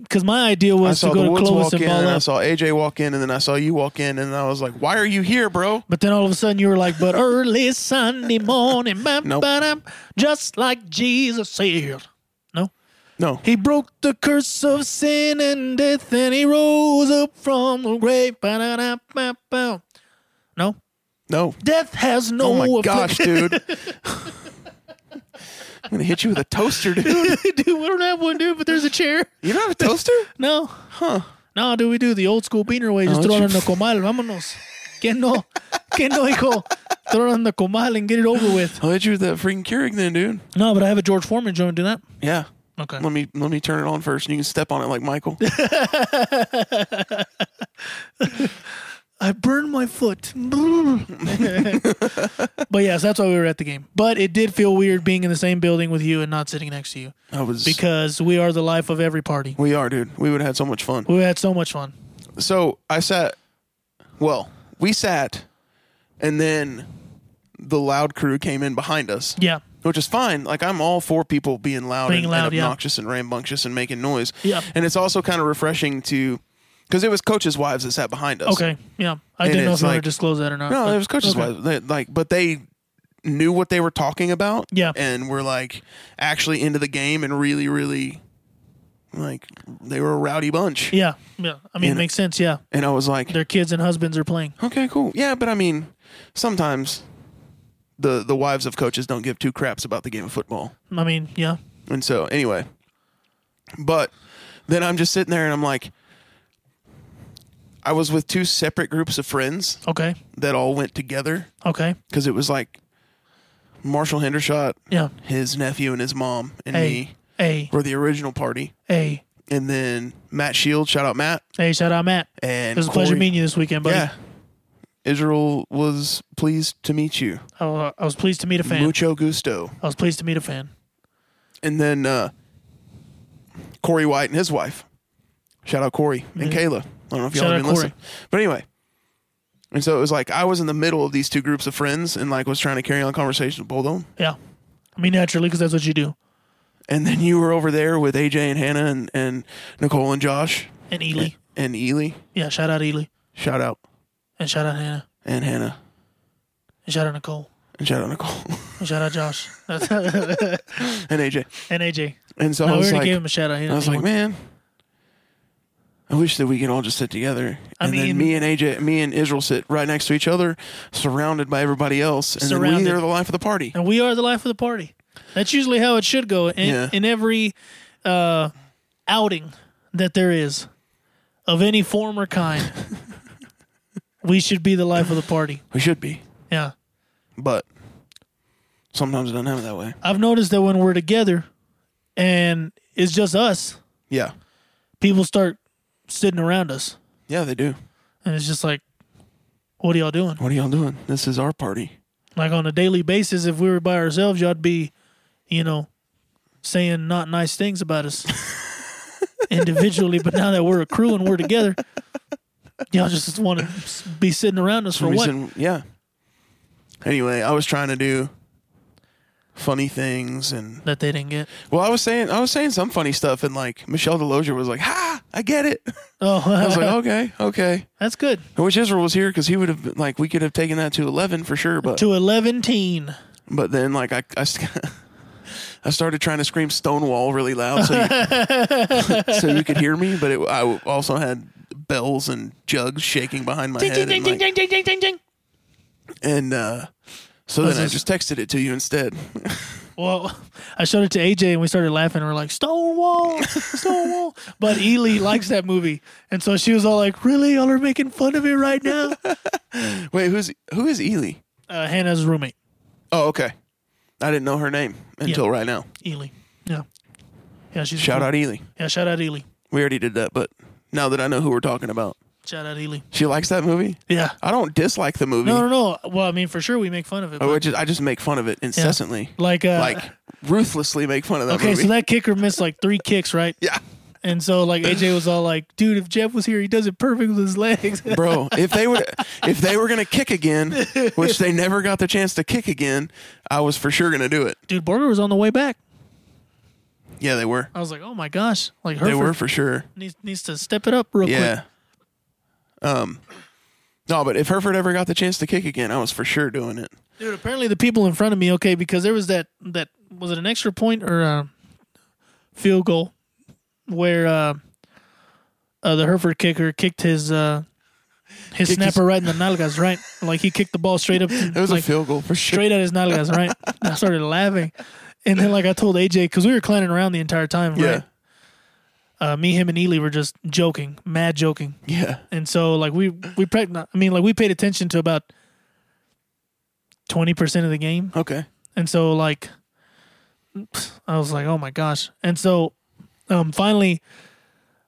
because my idea
I
was to
saw the
go to
Woods
Clovis
walk
and
in,
ball
and I
up.
saw AJ walk in, and then I saw you walk in, and I was like, "Why are you here, bro?"
But then all of a sudden you were like, but early Sunday morning, bam,
Nope.
ba-dam, just like Jesus said. No?
No,
He broke the curse of sin and death and he rose up from the grave. Ba-da-da-ba-ba. No?
no.
Death has no
Oh my
effect-
gosh, dude! I'm gonna hit you with a toaster, dude.
dude, we don't have one, dude, but there's a chair.
You don't have a toaster?
No. Huh. No, do we do the old school beaner way? Just
Oh,
throw it
you-
on the comal. Vámonos. Que no. Que no, hijo. Throw it on the comal and get it over with.
I'll hit you with that freaking Keurig, then, dude.
No, but I have a George Foreman joint. Do that.
Yeah.
Okay.
Let me let me turn it on first, and you can step on it like Michael.
I burned my foot. but yes, that's why we were at the game. But it did feel weird being in the same building with you and not sitting next to you
I was.
because we are the life of every party.
we are, dude. We would have had so much fun.
We had so much fun.
so I sat. Well, we sat, and then the loud crew came in behind us,
Yeah.
which is fine. Like I'm all for people being loud,
Being
and, and
loud, yeah.
obnoxious and rambunctious and making noise.
Yeah.
and it's also kind of refreshing to, because it was coaches' wives that sat behind us.
Okay. Yeah. I
And
didn't know
it's
if you wanted
like-
to disclose that or not.
No,
but-
it was coaches'
Okay.
wives. They, like, but they knew what they were talking about.
Yeah.
and were like actually into the game and really, really, like they were a rowdy bunch.
Yeah. Yeah. I mean, it
And-
makes sense. Yeah.
And I was like,
Their kids and husbands are playing.
okay, cool. Yeah, but I mean, sometimes the the wives of coaches don't give two craps about the game of football.
I mean, yeah.
And so, anyway, but then I'm just sitting there and I'm like, I was with two separate groups of friends
Okay.
that all went together
Okay.
because it was like Marshall Hendershot,
Yeah.
his nephew, and his mom, and
Hey.
me
Hey.
were the original party.
Hey.
And then Matt Shield, shout out Matt,
Hey. Shout out Matt.
and
It was a pleasure
Corey-
meeting you this weekend, buddy.
Yeah, Israel was pleased to meet you.
I, wa- I was pleased to meet a fan.
Mucho gusto.
I was pleased to meet a fan.
And then uh, Corey White and his wife. Shout out Corey and Kayla. I don't know if y'all
Mm-hmm. Shout
have
out
been
Corey.
listening. But anyway. And so it was like I was in the middle of these two groups of friends and like was trying to carry on conversations with both of them.
Yeah. I mean, naturally, because that's what you do.
And then you were over there with AJ and Hannah and, and Nicole and Josh
And Ely.
and Ely.
Yeah. Shout out Ely.
Shout out.
And shout out Hannah.
And Hannah.
And shout out Nicole.
And shout out Nicole.
And shout out Josh. and
and AJ.
AJ.
And so
No,
I
we
was
already
like
gave him a shout out. He
I
didn't
was
need
like,
one.
man, I wish that we could all just sit together.
I
and
mean-
then me and AJ, me and Israel sit right next to each other, surrounded by everybody else, and then
Surrounded.
we are the life of the party.
and we are the life of the party. That's usually how it should go in,
Yeah.
in every uh, outing that there is of any form or kind. we should be the life of the party.
We should be,
Yeah.
but sometimes it doesn't happen that way.
I've noticed that when we're together and it's just us,
Yeah,
people start sitting around us.
yeah, they do.
And it's just like, what are y'all doing?
What are y'all doing? This is our party.
Like on a daily basis, if we were by ourselves, y'all'd be, you know, saying not nice things about us individually. But now that we're a crew and we're together, y'all just want to be sitting around us for
We
what?
said- yeah. Anyway, I was trying to do funny things, and
that they didn't get.
well, I was saying, I was saying some funny stuff, and like Michelle Delosier was like, "Ha, I get it."
Oh,
I was like, "Okay, okay."
that's good.
I wish Israel was here because he would have been- like we could have taken that to eleven for sure. But
To 11 teen.
but then like I I, st- I started trying to scream Stonewall really loud so you, so you could hear me. But it, I also had bells and jugs shaking behind my
Ding, ding,
head.
ding,
And,
ding, ding,
like,
ding, ding, ding, ding.
and uh, so then I
is-
just texted it to you instead.
Well, I showed it to AJ and we started laughing. And we're like, Stonewall, Stonewall. but Ely likes that movie. And so she was all like, Really? Y'all are making fun of it right now?
Wait, who's who is Ely?
Uh, Hannah's roommate,
Oh, okay. I didn't know her name until right now.
Ely. Yeah. Yeah, she's
Shout out Ely.
Yeah, shout out Ely.
We already did that, but now that I know who we're talking about,
Shout out Ely.
she likes that movie.
Yeah.
I don't dislike the movie. Oh,
No, no, no. Well, I mean, for sure we make fun of it.
I
but-
just I just make fun of it incessantly.
like, uh,
like ruthlessly make fun of that
okay,
movie.
so that kicker missed like three kicks, right?
yeah.
And so, like, AJ was all like, Dude, if Jeff was here, he does it perfect with his legs.
Bro, if they would if they were gonna kick again, which they never got the chance to kick again, I was for sure gonna do it.
Dude, Borger was on the way back.
Yeah, they were.
I was like, oh my gosh, like
They were
Herford
for sure.
needs needs to step it up real
Yeah.
quick.
Um, no, but if Herford ever got the chance to kick again, I was for sure doing it.
Dude, apparently the people in front of me, okay, because there was that that was it an extra point or a field goal where uh, uh the Hereford kicker kicked his uh his
Kicked his-
snapper right in the nalgas, right? Like he kicked the ball straight up.
It was
like,
a field goal for sure.
straight at his nalgas, right? And I started laughing, and then like I told AJ because we were clowning around the entire time, right?
Yeah.
Uh, me, him, and Ely were just joking, mad joking,
Yeah.
and so like we we preg- I mean like we paid attention to about twenty percent of the game,
Okay.
and so like I was like, oh my gosh, and so um finally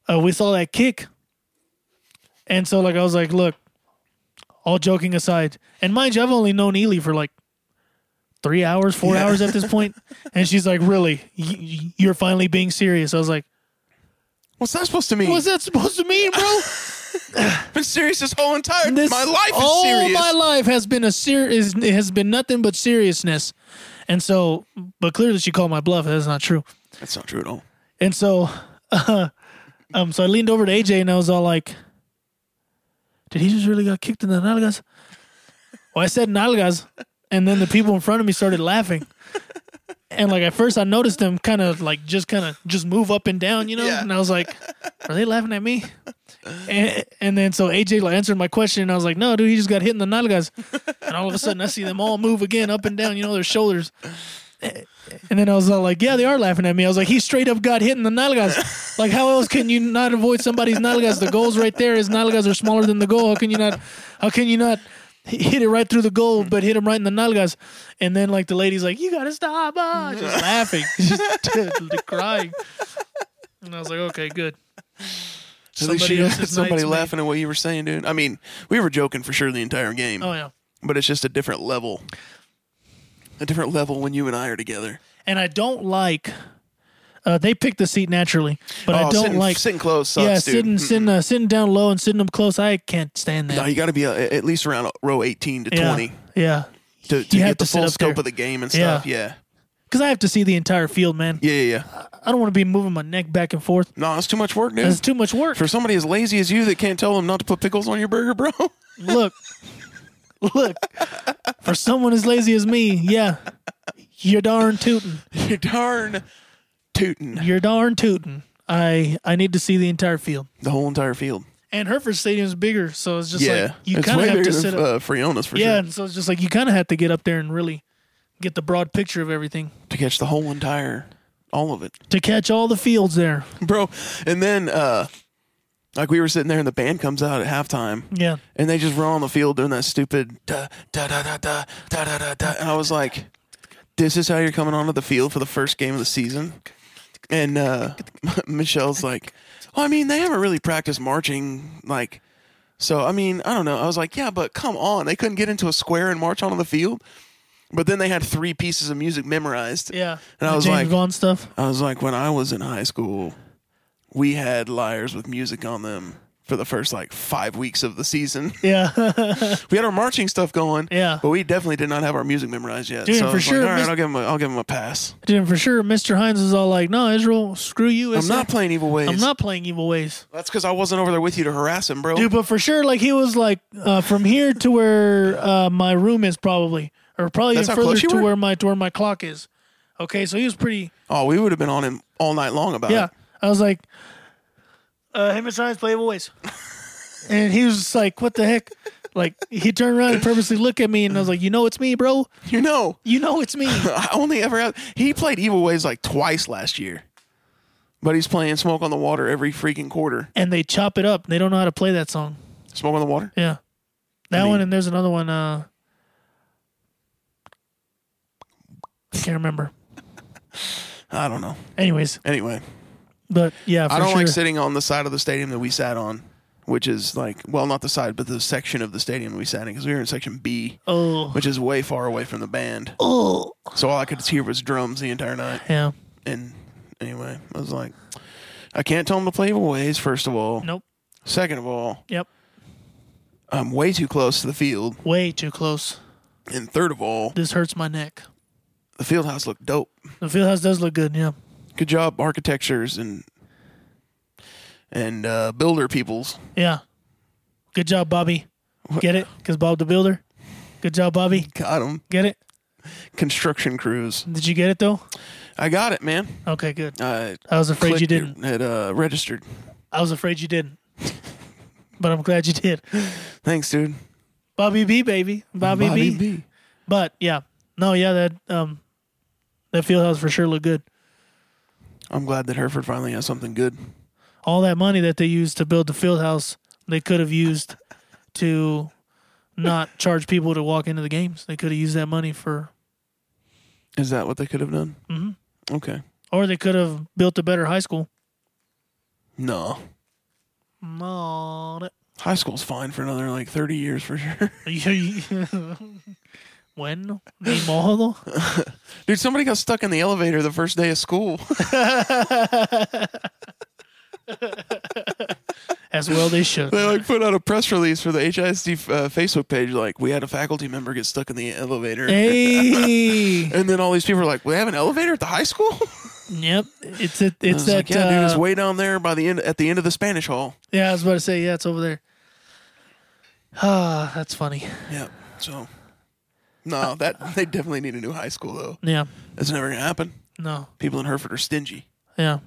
uh, we saw that kick, and so like I was like, look, all joking aside, and mind you, I've only known Ely for like three hours, four
Yeah.
hours at this point, and she's like, really, Y- y- you're finally being serious. I was like,
What's that supposed to mean?
what's that supposed to mean, bro?
I've been serious this whole entire
This-
My life is
all
serious.
my life has been a ser- is, it has been nothing but seriousness, and so, but clearly she called my bluff. That's not true.
That's not true at all.
And so, um, so I leaned over to AJ and I was all like, "Did he just really got kicked in the nalgas?" Well, I said nalgas, and then the people in front of me started laughing. And like at first, I noticed them kind of like just kind of just move up and down, you know.
Yeah.
And I was like, "Are they laughing at me?" And, and then so AJ like answered my question, and I was like, "No, dude, he just got hit in the nalgas." And all of a sudden, I see them all move again up and down, you know, their shoulders. And then I was all like, yeah, they are laughing at me. I was like, he straight up got hit in the nalgas. like, how else can you not avoid somebody's nalgas? The goal's right there. His nalgas are smaller than the goal. How can you not? How can you not h- hit it right through the goal, but hit him right in the nalgas? And then like the lady's like, you gotta stop, ah, just laughing, just crying. And I was like, okay, good.
At least
Somebody
you
else's
had somebody
night's made.
laughing at what you were saying, dude. I mean, we were joking for sure the entire game,
Oh yeah.
but it's just a different level. A different level when you and I are together.
And I don't like. Uh, they picked the seat naturally, but I
Oh,
don't
sitting,
like.
sitting close. Sucks,
yeah,
dude.
sitting, sitting, uh, sitting down low and sitting up close. I can't stand that.
No, you got to be uh, at least around row 18 to
yeah.
20
Yeah.
to, to
have
get the
to sit
full
up
scope
there.
of the game and
Yeah.
stuff. Yeah.
Because I have to see the entire field, man.
Yeah, yeah, yeah.
I don't want to be moving my neck back and forth.
No, it's too much work, dude.
That's too much work.
for somebody as lazy as you that can't tell them not to put pickles on your burger, bro.
look, look, for someone as lazy as me, yeah, you're darn tootin'.
you darn tootin'
You're darn tootin'. I I need to see the entire field.
the whole entire field.
And Hereford Stadium's bigger, so it's just like
Yeah,
you
it's
kind
way
of have
bigger
to sit
than
up.
uh, Friona's for
yeah,
sure
and so it's just like you kind of have to get up there and really get the broad picture of everything
to catch the whole entire, all of it,
to catch all the fields there.
bro. And then, uh like we were sitting there, and the band comes out at halftime.
Yeah.
And they just run on the field doing that stupid da da da da da da da da. da. And I was like, "This is how you're coming onto the field for the first game of the season." And uh, Michelle's like, "Well, I mean, they haven't really practiced marching, like, so I mean, I don't know." I was like, "Yeah, but come on, they couldn't get into a square and march onto the field." But then they had three pieces of music memorized.
Yeah.
And I
The
was
James
like-
Vaughn stuff.
I was like, when I was in high school, we had lyres with music on them for the first like five weeks of the season.
Yeah.
We had our marching stuff going.
Yeah.
But we definitely did not have our music memorized yet.
Dude,
so I
for
was
sure,
Like, All right,
Mis-
I'll give him. A, I'll give him a pass.
Dude, for sure, Mr. Hines was all like, "No, Israel, screw you."
I'm not playing evil ways.
I'm not playing evil ways,
That's because I wasn't over there with you to harass him, bro.
dude. But for sure, like he was like uh, from here to where uh, my room is probably, or probably
That's
even
how
further
close you
to
were?
where my to where my clock is. Okay, so he was pretty.
oh, we would have been on him all night long about
Yeah,
it.
I was like, uh, "Hey, Mr. Hines, play evil ways," and he was just like, "What the heck?" Like he turned around and purposely looked at me, and I was like, "You know, it's me, bro.
You know,
You know, it's me."
I only ever had, he played evil ways like twice last year, but he's playing smoke on the water every freaking quarter.
and they chop it up. They don't know how to play that song.
Smoke on the water.
Yeah. That
mean-
one and there's another one uh I can't remember.
I don't know.
Anyways,
Anyway,
but yeah, for
I don't
sure.
like sitting on the side of the stadium that we sat on, which is like, well, not the side, but the section of the stadium that we sat in because we were in section B.
oh.
which is way far away from the band.
Oh.
So all I could hear was drums the entire night.
Yeah.
And anyway, I was like, I can't tell them to play evil ways, first of all.
Nope.
Second of all,
Yep.
I'm way too close to the field.
Way too close.
And third of all,
This hurts my neck.
the field house looked dope.
The field house does look good, yeah.
Good job, architectures and and uh, builder peoples.
Yeah. Good job, Bobby. Get it? Because Bob the Builder. Good job, Bobby.
Got them.
Get it?
Construction crews.
Did you get it though?
I got it, man.
Okay, good.
I
I was afraid you
clicked
didn't.
It, it, uh, registered.
I was afraid you didn't. but I'm glad you did.
Thanks, dude.
Bobby B, baby. Bobby, B.
B.
But yeah, no, yeah, that um, that field house for sure looked good.
I'm glad that Hereford finally has something good.
All that money that they used to build the field house, they could have used to not charge people to walk into the games. They could have used that money for,
Is that what they could have done?
Mhm.
Mm-hmm. Okay.
or they could have built a better high school.
No.
No, that-
High school's fine for another like 30 years for sure.
when ni modo.
Dude, somebody got stuck in the elevator the first day of school.
as well they should.
they like put out a press release for the HISD uh, Facebook page like we had a faculty member get stuck in the elevator.
Hey,
And then all these people are like, "We have an elevator at the high school."
yep, it's it,
I
it's
was
that
like, yeah, dude, it's
uh,
way down there by the end at the end of the Spanish Hall.
Yeah, I was about to say, yeah, it's over there. Ah, that's funny.
Yeah. So, no, that they definitely need a new high school though.
Yeah,
That's never gonna happen.
no,
People in Hereford are stingy.
yeah,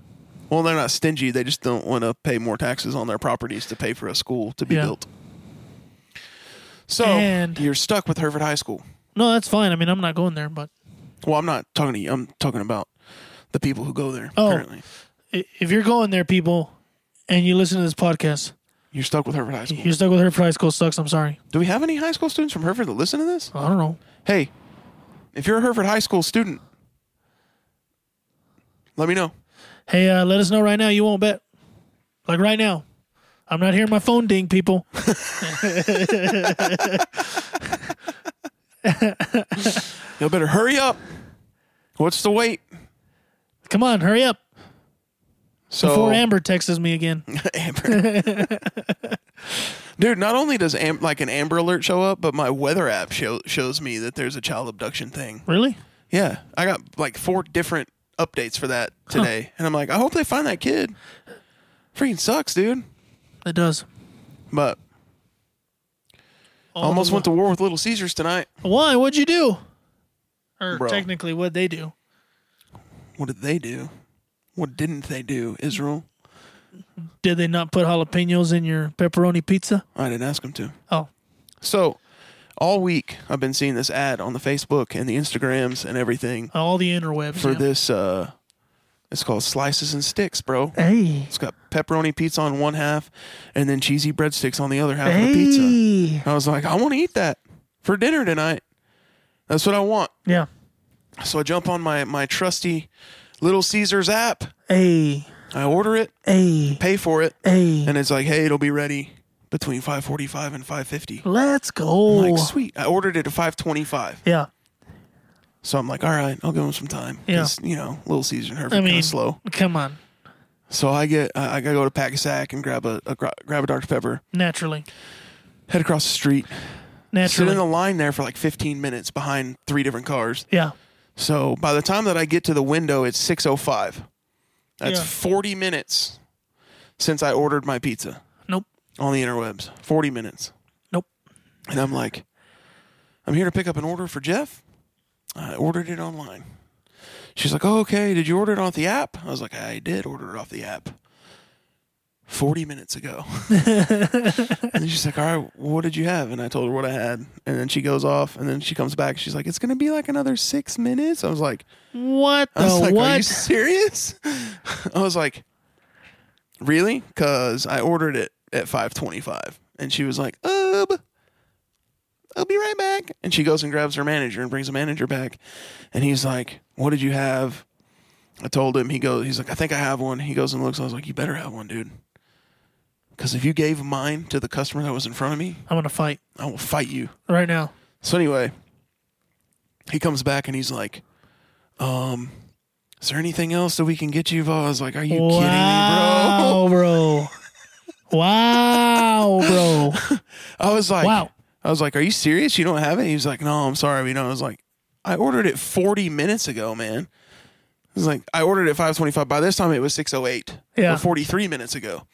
Well, they're not stingy. They just don't want to pay more taxes on their properties to pay for a school to be
Yeah.
built. So
And-
you're stuck with Hereford High School.
no, that's fine. I mean, I'm not going there, but
Well, I'm not talking to you. I'm talking about the people who go there.
Oh.
Apparently,
i- if you're going there, people, and you listen to this podcast,
you're stuck with Hereford High School.
you're stuck with her for high school sucks. I'm sorry.
Do we have any high school students from Hereford that listen to this?
I don't know.
Hey, if you're a Hereford High School student, let me know.
Hey, uh, let us know right now. You won't bet, like right now. I'm not hearing my phone ding, people.
You better hurry up. What's the wait?
Come on, hurry up
So
before Amber texts me again.
Amber. Dude, not only does am- like an Amber Alert show up, but my weather app show- shows me that there's a child abduction thing.
Really?
Yeah, I got like four different updates for that today, and I'm like, I hope they find that kid. Freaking sucks, dude.
It does.
But I almost went to war with Little Caesars tonight.
Why? What'd you do? Or
Bro.
technically, what they do?
What did they do? What didn't they do, Israel?
Did they not put jalapenos in your pepperoni pizza?
I didn't ask them to.
Oh,
So, all week I've been seeing this ad on the Facebook and the Instagrams and everything
all the interwebs.
for
yeah.
this. Uh, it's called slices and sticks, bro.
Hey.
It's got pepperoni pizza on one half, and then cheesy breadsticks on the other half of the pizza.
Hey.
I was like, I want to eat that for dinner tonight. That's what I want.
Yeah.
So I jump on my my trusty Little Caesars app.
Hey.
I order it,
Hey.
pay for it,
Hey.
and it's like, hey, it'll be ready between 5:45 and 5:50.
Let's go.
Like sweet. I ordered it at 5:25.
yeah.
So I'm like, all right, I'll give them some time.
Yeah.
'Cause, you know, Little Caesars and Hereford
I
kind
mean,
of slow.
come on.
So I get, I, I gotta go to Pack a Sack and grab a, a gra- grab a Dr Pepper.
Naturally.
Head across the street. Sit
Naturally.
in the line there for like 15 minutes behind three different cars.
yeah.
So by the time that I get to the window, it's 6:05. That's
Yeah.
40 minutes since I ordered my pizza
Nope.
on the interwebs. 40 minutes.
Nope.
And I'm like, I'm here to pick up an order for Jeff. I ordered it online. She's like, oh, okay. Did you order it off the app? I was like, I did order it off the app 40 minutes ago. and then she's like, all right, what did you have? And I told her what I had. And then she goes off and then she comes back. She's like, it's going to be like another six minutes. I was like,
What the
I was like, are you
what?
serious? I was like, really? Because I ordered it at 525. And she was like, um, I'll be right back. And she goes and grabs her manager and brings the manager back. And he's like, what did you have? I told him. He goes, he's like, I think I have one. He goes and looks. I was like, you better have one, dude. Because if you gave mine to the customer that was in front of me,
I'm gonna fight
I will fight you.
right now.
So anyway, he comes back and he's like, um, is there anything else that we can get you? Vo?" I was like, are you kidding me, bro?
wow, bro. wow, bro.
I was like,
Wow.
I was like, are you serious? You don't have it? He was like, no, I'm sorry. You know, I was like, I ordered it 40 minutes ago, man. He's like, I ordered it at 525. By this time, it was 608
Yeah.
or 43 minutes ago.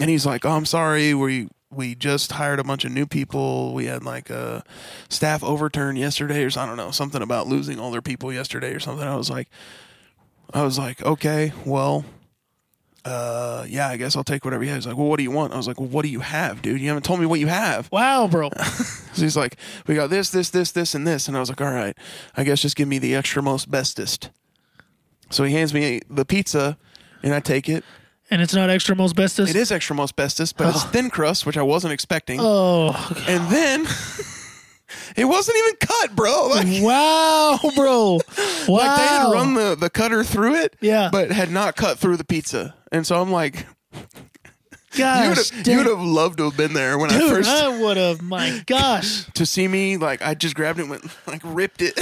And he's like, oh, I'm sorry. We, we just hired a bunch of new people. We had like a staff overturn yesterday or so- I don't know, something about losing all their people yesterday or something. I was like, I was like, okay, well, uh, yeah, I guess I'll take whatever you have. He's like, well, what do you want? I was like, well, what do you have, dude? You haven't told me what you have.
Wow, bro.
So he's like, we got this, this, this, this, and this. And I was like, all right, I guess just give me the extra most bestest. So he hands me the pizza and I take it.
And it's not extra most bestest.
It is extra most bestest, but it's thin crust, which I wasn't expecting.
Oh,
And then it wasn't even cut, bro. Like,
wow, bro. Wow.
like they had run the, the cutter through it,
Yeah.
but had not cut through the pizza. And so I'm like, you would
gosh,
have
dang.
you would have loved to have been there when I
Dude,
first
I would have. My gosh.
to see me like I just grabbed it and went like ripped it.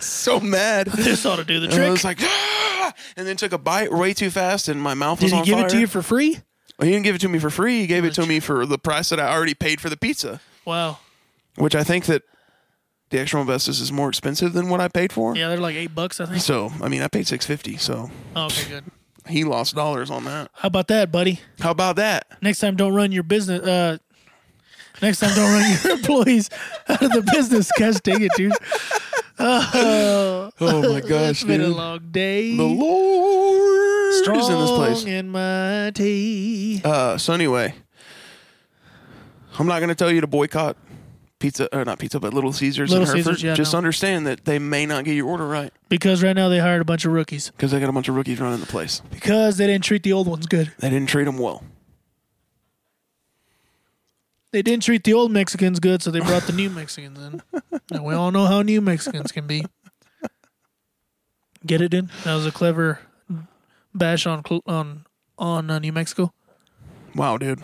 so mad.
This ought to do the
And I
trick.
was like, "Ah!" and then took a bite way too fast, and my mouth was
Did he
on
give
fire.
it to you for free?
He didn't give it to me for free. He gave it to me for the price that I already paid for the pizza,
Wow.
which I think that the extra investors is more expensive than what I paid for.
Yeah, they're like eight bucks, I think.
So I mean, I paid six fifty. So
Oh, okay, good.
he lost dollars on that.
How about that, buddy?
How about that?
Next time, don't run your business. Uh, next time, don't run your employees out of the business. Gosh, dang it, dude.
Oh my
It's
gosh,
been a
dude!
long day.
The Lord is in this place.
Strong and mighty.
Uh, so anyway, I'm not going to tell you to boycott pizza or not pizza, but Little Caesars.
Little
and Hereford.
Caesars, yeah,
Just
no.
understand that they may not get your order right
Because right now they hired a bunch of rookies.
because they got a bunch of rookies running the place.
Because they didn't treat the old ones good.
They didn't treat them well.
They didn't treat the old Mexicans good, so they brought the new Mexicans in. And we all know how new Mexicans can be. Get it, dude? That was a clever bash on cl- on on uh, New Mexico.
Wow, dude.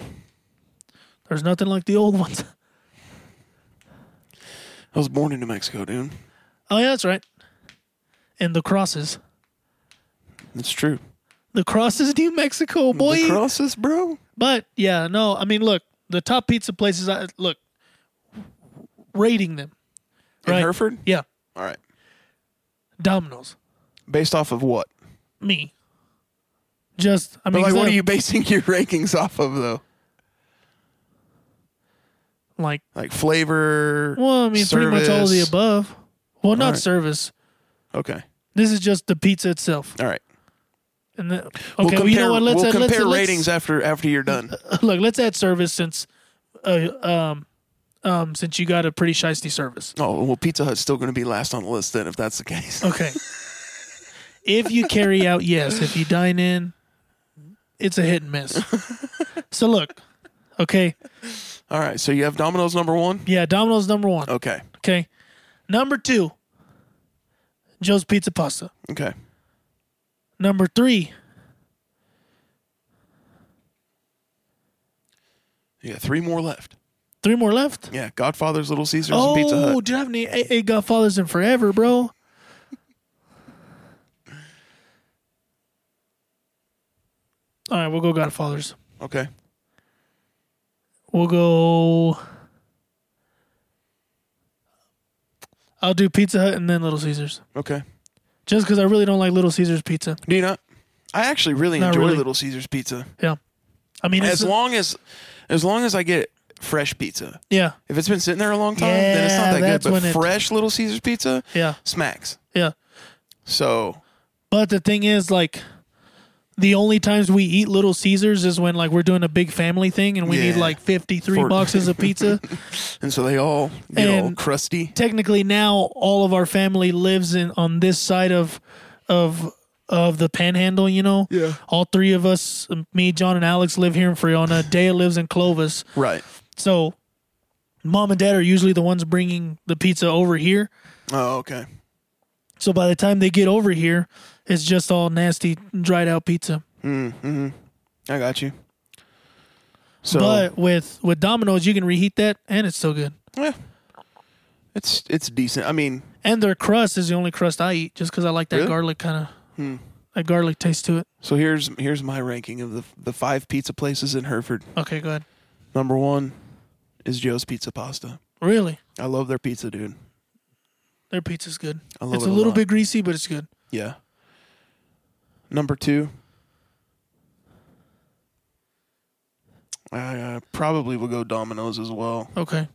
There's nothing like the old ones.
I was born in New Mexico, dude.
Oh yeah, that's right. And the crosses,
It's true.
the crosses, New Mexico, boy.
The crosses, bro.
But yeah, no, I mean, look, the top pizza places. I look rating them.
In
Right.
Hereford.
Yeah,
All right.
Domino's.
Based off of what?
Me. Just I
But
mean,
like,
'cause
what
I-
are you basing your rankings off of though?
like?
Like flavor.
Well, I mean, pretty much all of the
service?
above. Well, not
right.
service.
Okay.
This is just the pizza itself.
All right.
And the, okay,
We'll compare,
well, you know what? Let's
we'll
add, let's-
compare
let's-
ratings after after you're done.
look, let's add service since, uh, um, um, since you got a pretty shisty service.
Oh well, Pizza Hut's still going to be last on the list then, if that's the case.
Okay. if you carry out, yes. If you dine in, it's a hit and miss. so look, okay,
All right, so you have Domino's number one.
yeah, Domino's number one.
Okay,
Okay, number two, Joe's Pizza Pasta.
okay.
Number three,
You got three more left.
three more left.
Yeah, Godfather's, Little Caesars,
Oh,
and Pizza Hut.
dude, I haven't ate ate Godfathers in forever, bro. All right, we'll go Godfathers.
Okay,
We'll go. I'll do Pizza Hut and then Little Caesars,
okay.
just because I really don't like Little Caesars pizza.
Do you not? I actually really
Not
enjoy
really.
Little Caesars pizza.
Yeah, I mean, it's,
As long as, as long as I get fresh pizza.
yeah,
If it's been sitting there a long time, then it's
Yeah,
not that
that's
good.
when
But
it-
fresh Little Caesars pizza
yeah,
smacks.
yeah.
So
But the thing is, like, the only times we eat Little Caesars is when like we're doing a big family thing and we need
Yeah.
like fifty three
For-
boxes of pizza.
and so they all get all
And-
crusty.
Technically, now all of our family lives in on this side of of of the Panhandle. You know,
Yeah.
All three of us, me, John, and Alex, live here in Friona. Dea lives in Clovis.
Right.
So mom and dad are usually the ones bringing the pizza over here.
Oh, okay.
So by the time they get over here, it's just all nasty dried out pizza.
I got you. So
But with with Domino's, you can reheat that and it's still good.
yeah, it's it's decent. I mean,
And their crust is the only crust I eat just cuz I like that
Really? Hmm.
garlic kind of that garlic taste to it.
So here's here's my ranking of the the five pizza places in Hereford.
Okay, go ahead.
Number one is Joe's Pizza Pasta.
Really?
I love their pizza, dude.
Their pizza's good.
I love
it's
it
a
a
little
lot.
bit greasy, but it's good.
Yeah. Number two. I uh, probably will go Domino's as well,
Okay.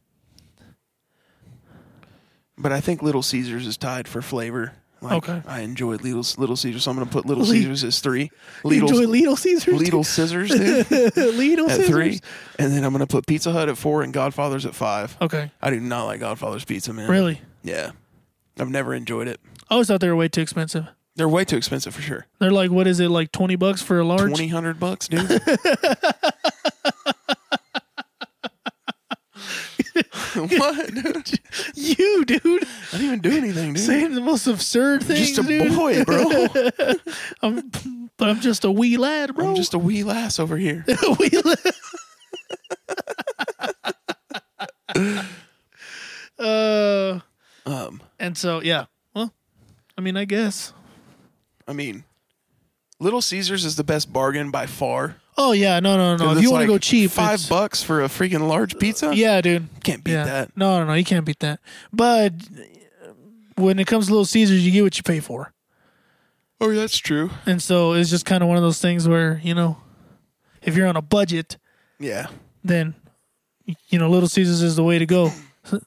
but I think Little Caesars is tied for flavor. Like,
Okay.
I enjoyed Little Little Caesars, so I'm gonna put Little
Le-
Caesars as three.
You
Little
enjoy Lidl Caesars?
Little Scissors dude,
Lidl
at
Caesars?
three, and then I'm gonna put Pizza Hut at four and Godfather's at five.
Okay.
I do not like Godfather's pizza, man.
Really?
Yeah, I've never enjoyed it.
I always thought they were way too expensive.
They're way too expensive for sure.
They're like, what is it, like 20 bucks for a large?
Twenty hundred bucks, dude. what? Dude?
You, dude.
I didn't even do anything, dude.
Saying the most absurd things,
just a
dude.
boy, bro.
I'm, but I'm just a wee lad, bro.
I'm just a wee lass over here.
a wee lad. uh,
Um,
and so, yeah. Well, I mean, I guess.
I mean, Little Caesars is the best bargain by far.
Oh, yeah. No, no, no. If
It's
you want
like
to go cheap,
five
it's-
bucks for a freaking large pizza.
Yeah, dude.
can't beat
yeah.
that.
No, no, no. You can't beat that. But when it comes to Little Caesars, you get what you pay for.
Oh, that's true.
And so it's just kind of one of those things where, you know, if you're on a budget,
Yeah,
then, you know, Little Caesars is the way to go.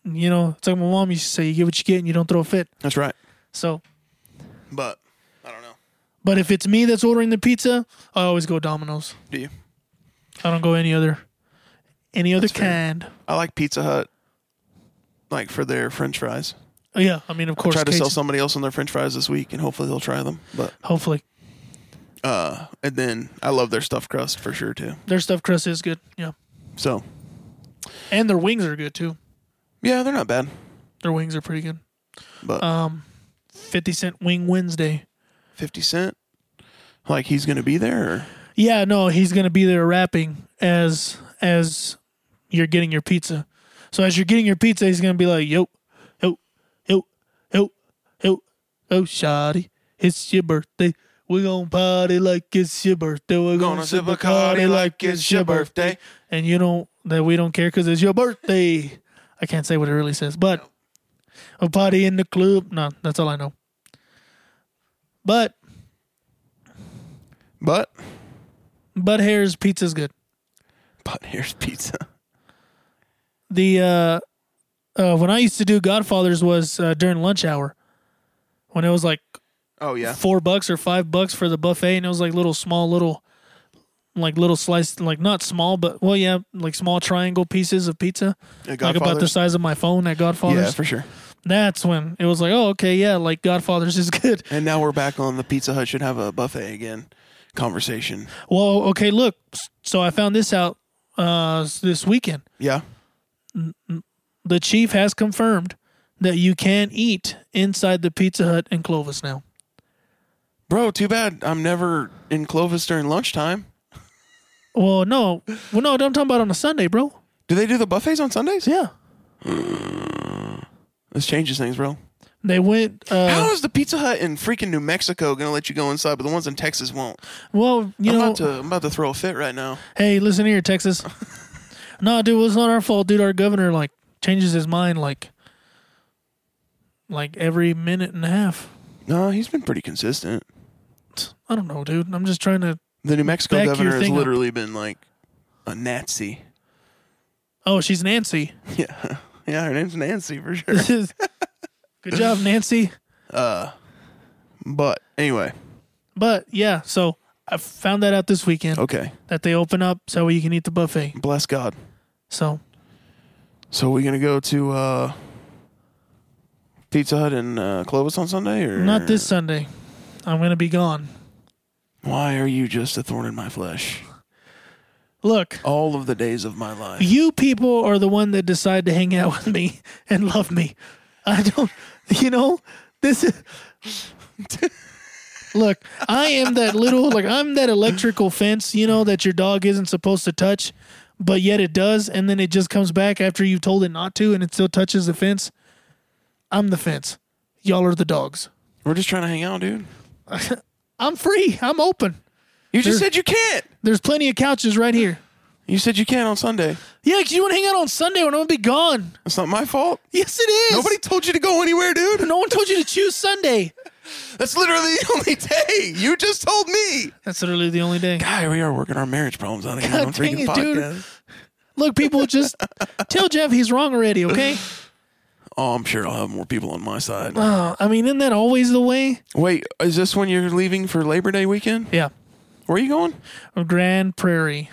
You know, it's like my mom used to say, you get what you get and you don't throw a fit.
that's right.
So,
But I don't know.
but if it's me that's ordering the pizza, I always go Domino's.
Do you?
I don't go any other, any other
That's fair.
kind.
I like Pizza Hut, like for their French fries.
Oh, yeah. I mean, of course,
Try to sell
Cajun-
somebody else on their French fries this week, and hopefully they'll try them. But
hopefully
uh, and then I love their stuffed crust for sure too.
their stuffed crust is good. Yeah.
So
And their wings are good too.
yeah, they're not bad.
Their wings are pretty good.
But
Um, 50 Cent Wing Wednesday.
fifty cent, like he's gonna be there. Or,
Yeah, no, he's gonna be there rapping as as you're getting your pizza. So as you're getting your pizza, he's gonna be like, "Yo, yo, yo, yo, yo, yo, shawty, it's your birthday. We gonna party like it's your birthday. We gonna,
Gonna
sip
sip a
Bacardi
Bacardi
like it's your birthday." And you don't that we don't care because it's your birthday. I can't say what it really says, but a party in the club. No, that's all I know. But
but
but Hare's pizza's good.
but here's pizza.
the uh, uh, when I used to do Godfathers was uh, during lunch hour, when it was like
Oh yeah,
four bucks or five bucks for the buffet, and it was like little small little, like little sliced, like not small, but well, yeah, like small triangle pieces of pizza,
At
like about the
Godfather's?
size of my phone at Godfathers.
yeah for sure.
That's when it was like, oh, okay, yeah, like Godfathers is good.
And now we're back on the Pizza Hut should have a buffet again conversation.
Well, okay, look, so I found this out uh, s- this weekend.
Yeah,
The chief has confirmed that you can eat inside the Pizza Hut in Clovis now.
bro. Too bad I'm never in Clovis during lunchtime.
Well, no, well, no, I'm talking about on a Sunday, bro.
Do they do the buffets on Sundays?
Yeah,
This changes things, bro.
they went. Uh,
How is the Pizza Hut in freaking New Mexico gonna let you go inside, but the ones in Texas won't?
well, you
I'm
know,
about to I'm about to throw a fit right now.
hey, listen here, Texas. no, dude, it's not our fault, dude. Our governor like changes his mind like, like every minute and a half.
No, he's been pretty consistent.
I don't know, dude. I'm just trying to.
The New Mexico
Back your
governor has
thing up.
literally been like a Nazi.
Oh, she's Nancy.
Yeah, yeah, her name's Nancy for sure.
Good job, Nancy.
but anyway,
But yeah, so I found that out this weekend
okay,
that they open up so you can eat the buffet.
bless God.
So
So we gonna go to uh, Pizza Hut in uh, Clovis on Sunday, or
not this Sunday. I'm gonna be gone.
Why are you just a thorn in my flesh?
Look.
All of the days of my life.
you people are the one that decide to hang out with me and love me. I don't, you know, this is. Look, I am that little, like, I'm that electrical fence, you know, that your dog isn't supposed to touch, but yet it does. And then it just comes back after you've told it not to and it still touches the fence. I'm the fence. Y'all are the dogs.
We're just trying to hang out, dude.
I'm free. I'm open.
You just said you can't.
There's plenty of couches right here.
You said you can on Sunday.
Yeah, because you want to hang out on Sunday when I'm going to be gone.
It's not my fault.
Yes, it is.
Nobody told you to go anywhere, dude.
no one told you to choose Sunday.
That's literally the only day you just told me.
That's literally the only day.
Guy, we are working our marriage problems out
God
again
dang
on freaking
it, dude.
podcast.
Look, people, just tell Jeff he's wrong already, okay?
Oh, I'm sure I'll have more people on my side.
Uh, I mean, isn't that always the way?
Wait, is this when you're leaving for Labor Day weekend?
Yeah.
Where are you going?
Grand Prairie.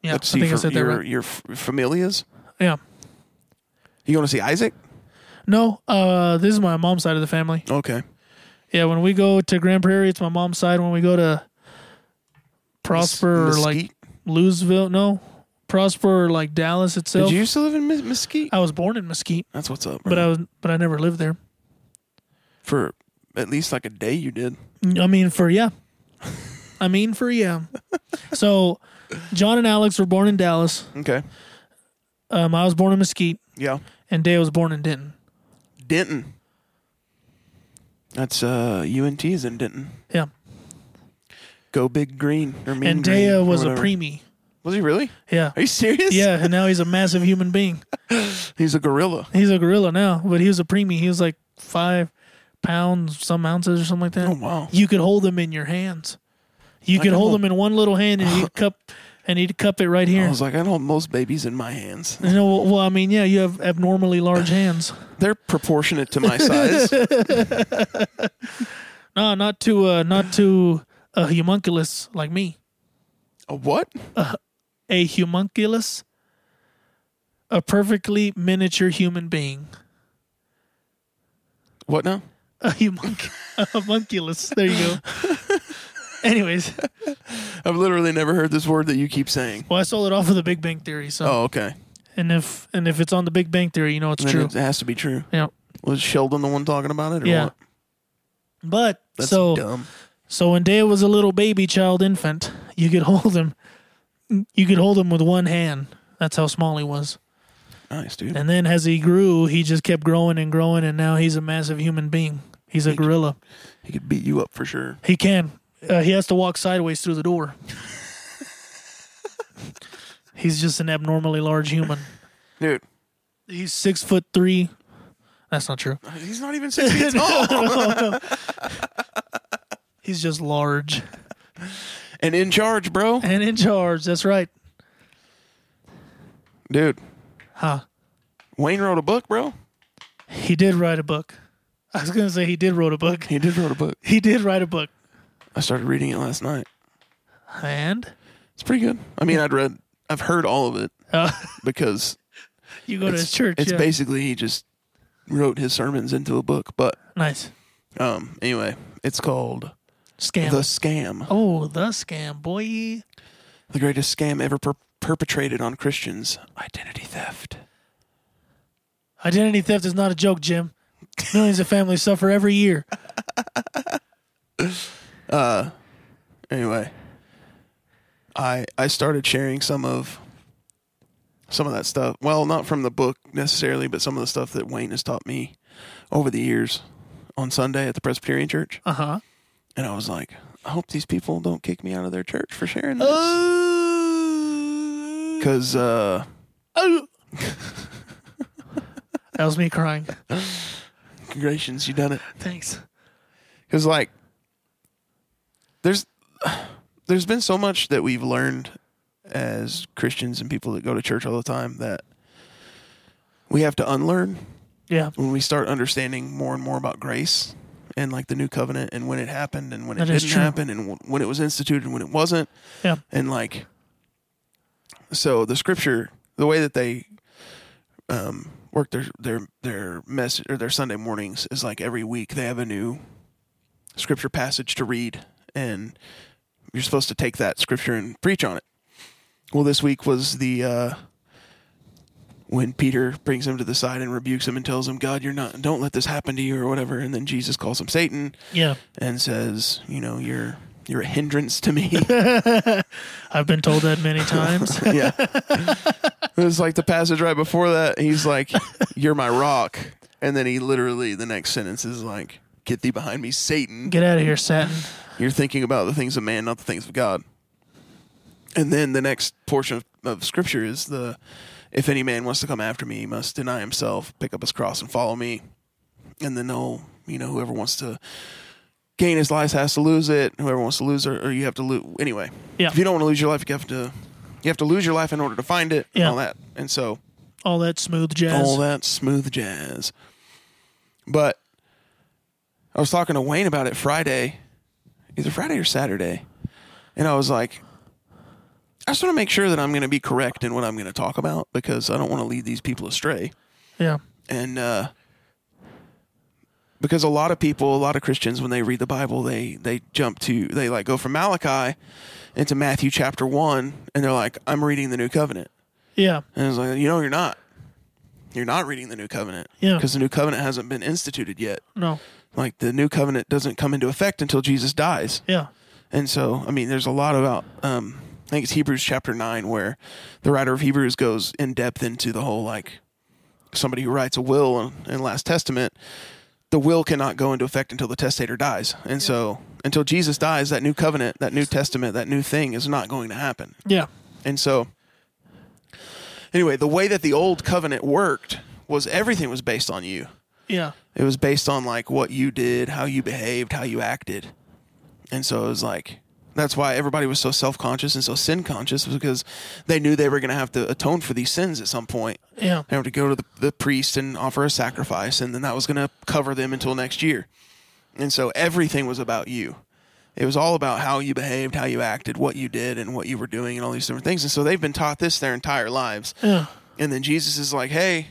Yeah,
Let's
I
see
think I
for
said that
your
right.
your f- familias.
Yeah.
You going to see Isaac?
No, uh, this is my mom's side of the family.
Okay.
Yeah, when we go to Grand Prairie, it's my mom's side. When we go to Prosper or like
Mesquite?
Louisville, no, Prosper or like Dallas itself.
Did you used to live in Mes- Mesquite?
I was born in Mesquite,
That's what's up.
but uh,
bro.
I was but I never lived there.
for at least like a day, you did.
I mean, for yeah. I mean, for yeah. so, John and Alex were born in Dallas.
Okay.
Um, I was born in Mesquite,
Yeah.
and Dale was born in Denton.
Denton. That's uh UNT's in Denton.
Yeah,
Go big green or mean
and
green
Dea
or
was a
whatever.
preemie.
Was he really?
Yeah,
Are you serious?
yeah, and now he's a massive human being.
He's a gorilla.
He's a gorilla now, but he was a preemie. He was like five pounds, some ounces or something like that.
Oh, wow.
You could hold him in your hands. You could
can
hold
hold-
him in one little hand and he'd cup and he'd cup it right
I
here.
was like, I don't hold most babies in my hands.
You know, well, I mean, yeah, you have abnormally large hands.
They're proportionate to my size.
No, not to uh, not to a homunculus like me.
a what?
A homunculus, a perfectly miniature human being.
What now?
A homunculus. a homunculus. There you go. Anyways,
I've literally never heard this word that you keep saying.
well, I stole it off of The Big Bang Theory. So,
Oh, okay.
and if and if it's on The Big Bang Theory, you know it's
Then
true.
It has to be true.
yeah,
Was Sheldon the one talking about it? Or
yeah.
What?
But
That's
so
dumb.
So when Dea was a little baby child infant, you could hold him. You could hold him with one hand. That's how small he was.
Nice, dude.
And then as he grew, he just kept growing and growing, and now he's a massive human being. He's a gorilla.
he could beat you up for sure.
He can. Uh, he has to walk sideways through the door. he's just an abnormally large human.
Dude,
He's six foot three. That's not true.
he's not even six feet tall.
He's just large
and in charge, bro.
and in charge. That's right.
Dude,
Huh.
Wayne wrote a book, bro.
He did write a book. I was gonna say he did wrote a book.
He did wrote a book.
He did write a book.
I started reading it last night.
And
It's pretty good. I mean, I'd read, I've heard all of it
uh, because
because
you go to his church.
it's
yeah.
basically he just wrote his sermons into a book. But
nice.
um, anyway, it's called
Scam.
The Scam,
oh, the scam, boy.
the greatest scam ever per- perpetrated on Christians identity theft.
Identity theft is not a joke, Jim. Millions of families suffer every year.
anyway i i started sharing some of some of that stuff well not from the book necessarily but some of the stuff that wayne has taught me over the years on sunday at the presbyterian church
Uh huh.
and i was like i hope these people don't kick me out of their church for sharing this
Oh.
because uh
that was me crying.
congratulations you done it
Thanks.
because like there's there's been so much that we've learned as christians and people that go to church all the time that we have to unlearn
Yeah.
when we start understanding more and more about grace and like the new covenant and when it happened and when it
That is
didn't
true.
happen and w- when it was instituted and when it wasn't
Yeah.
and like so the scripture the way that they um work their their their message or their Sunday mornings is like every week they have a new scripture passage to read and you're supposed to take that scripture and preach on it. Well, this week was the uh when Peter brings him to the side and rebukes him and tells him, "God, you're not don't let this happen to you or whatever." And then Jesus calls him Satan
Yeah.
and says, "You know, you're you're a hindrance to me."
I've been told that many times.
yeah. it was like the passage right before that. He's like, You're my rock. And then he literally, the next sentence is like, Get thee behind me, Satan.
Get out of here, Satin.
You're thinking about the things of man, not the things of God. And then the next portion of, of scripture is the if any man wants to come after me, he must deny himself, pick up his cross, and follow me. And then they'll, you know, whoever wants to gain his life has to lose it. Whoever wants to lose, or, or you have to lose. Anyway,
Yeah.
if you don't want to lose your life, you have to you have to lose your life in order to find it.
Yeah.
and all that. And so
All that smooth jazz.
all that smooth jazz. But I was talking to Wayne about it Friday, either Friday or Saturday, and I was like, I just want to make sure that I'm going to be correct in what I'm going to talk about because I don't want to lead these people astray
Yeah.
and uh, because a lot of people, a lot of Christians, when they read the Bible, they they jump to they like go from Malachi into Matthew chapter one, and they're like, "I'm reading the New Covenant,"
Yeah.
and it's like, you know, you're not, you're not reading the New Covenant,
Yeah.
because the New Covenant hasn't been instituted yet.
No.
Like the New Covenant doesn't come into effect until Jesus dies.
Yeah.
And so, I mean, there's a lot about, um, I think it's Hebrews chapter 9, where the writer of Hebrews goes in depth into the whole like somebody who writes a will in, in Last Testament, the will cannot go into effect until the testator dies. And so, until Jesus dies, that new covenant, that new testament, that new thing is not going to happen.
Yeah.
And so, anyway, the way that the old covenant worked was everything was based on you.
Yeah.
It was based on like what you did, how you behaved, how you acted. And so it was like that's why everybody was so self-conscious and so sin-conscious was because they knew they were going to have to atone for these sins at some point.
Yeah.
They have to go to the, the priest and offer a sacrifice and then that was going to cover them until next year. And so everything was about you. It was all about how you behaved, how you acted, what you did and what you were doing and all these different things. And so they've been taught this their entire lives.
Yeah.
And then Jesus is like, hey,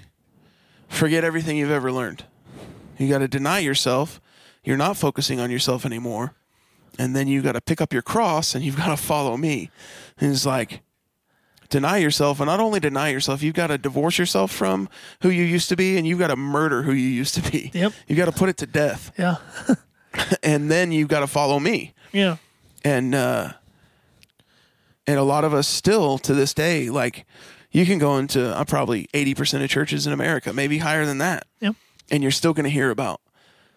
forget everything you've ever learned. You got to deny yourself. You're not focusing on yourself anymore. And then you got to pick up your cross and you've got to follow me. And it's like, deny yourself. And not only deny yourself, you've got to divorce yourself from who you used to be and you've got to murder who you used to be.
Yep.
You've got to put it to death.
Yeah.
And then you've got to follow me
Yeah.
and uh and a lot of us still to this day like you can go into uh, probably 80% of churches in america maybe higher than that
Yep.
and you're still going to hear about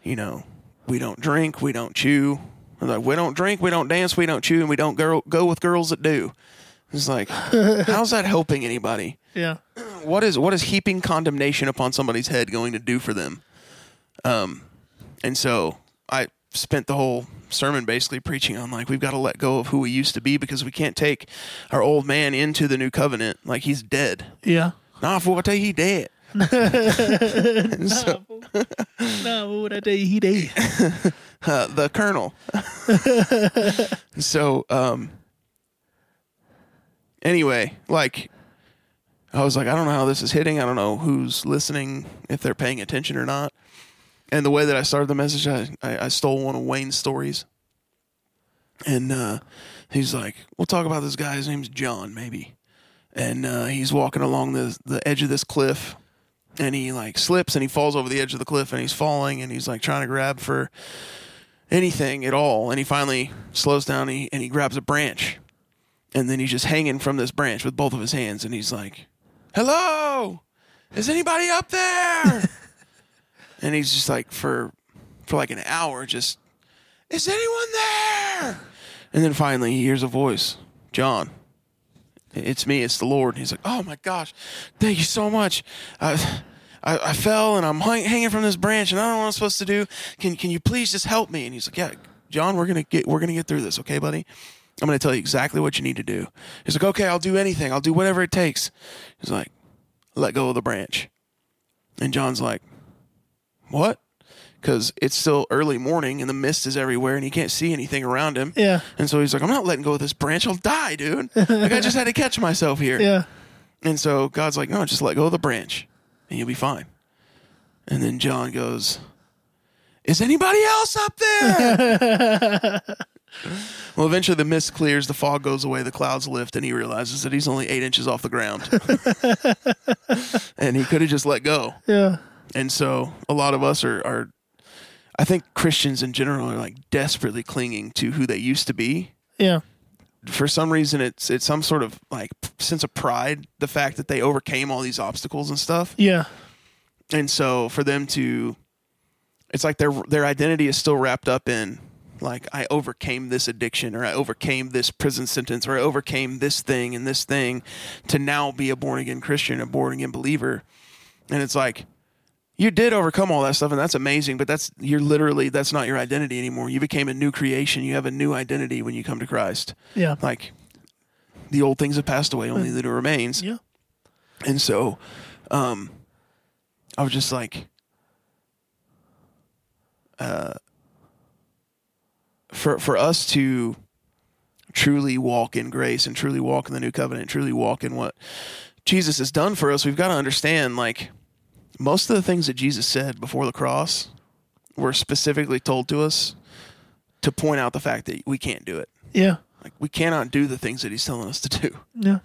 you know we don't drink we don't chew Or like we don't drink we don't dance we don't chew and we don't girl- go with girls that do it's like how's that helping anybody
Yeah.
what is what is heaping condemnation upon somebody's head going to do for them? Um, and so I spent the whole sermon basically preaching on like we've got to let go of who we used to be because we can't take our old man into the new covenant like he's dead.
Yeah.
Nah, fool, I tell you, he dead.
Nah, fool. nah, what would I tell you? He did.
uh, the colonel. so, um, anyway, like, I was like, I don't know how this is hitting. I don't know who's listening, if they're paying attention or not. And the way that I started the message, I, I, I stole one of Wayne's stories. And uh, he's like, We'll talk about this guy. His name's John, maybe. And uh, he's walking along the, the edge of this cliff and he like slips and he falls over the edge of the cliff and he's falling and he's like trying to grab for anything at all. And he finally slows down and he, and he grabs a branch. And then he's just hanging from this branch with both of his hands. And he's like, Hello, is anybody up there? and he's just like, for, for like an hour, just, Is anyone there? And then finally he hears a voice John. It's me. It's the Lord. And he's like, "Oh my gosh, thank you so much. I, I, I fell and I'm hang, hanging from this branch, and I don't know what I'm supposed to do. Can Can you please just help me?" And he's like, "Yeah, John, we're gonna get we're gonna get through this, okay, buddy? I'm gonna tell you exactly what you need to do." He's like, "Okay, I'll do anything. I'll do whatever it takes." He's like, "Let go of the branch," and John's like, "What?" Because it's still early morning and the mist is everywhere, and he can't see anything around him.
Yeah.
And so he's like, I'm not letting go of this branch. I'll die, dude. Like, I just had to catch myself here.
Yeah.
And so God's like, no, just let go of the branch and you'll be fine. And then John goes, Is anybody else up there? well, eventually the mist clears, the fog goes away, the clouds lift, and he realizes that he's only eight inches off the ground. and he could have just let go.
Yeah.
And so a lot of us are, are I think Christians in general are like desperately clinging to who they used to be
Yeah.
for some reason it's it's some sort of like p- sense of pride the fact that they overcame all these obstacles and stuff
Yeah.
and so for them to it's like their their identity is still wrapped up in like I overcame this addiction or I overcame this prison sentence or I overcame this thing and this thing to now be a born again Christian, a born again believer. And it's like you did overcome all that stuff and that's amazing, but that's you're literally that's not your identity anymore. You became a new creation. You have a new identity when you come to Christ.
Yeah.
Like the old things have passed away, only the new remains.
yeah.
And so, um, I was just like, uh, for for us to truly walk in grace and truly walk in the new covenant, truly walk in what Jesus has done for us, we've got to understand like most of the things that Jesus said before the cross were specifically told to us to point out the fact that we can't do it.
Yeah.
Like we cannot do the things that he's telling us to do.
Yeah.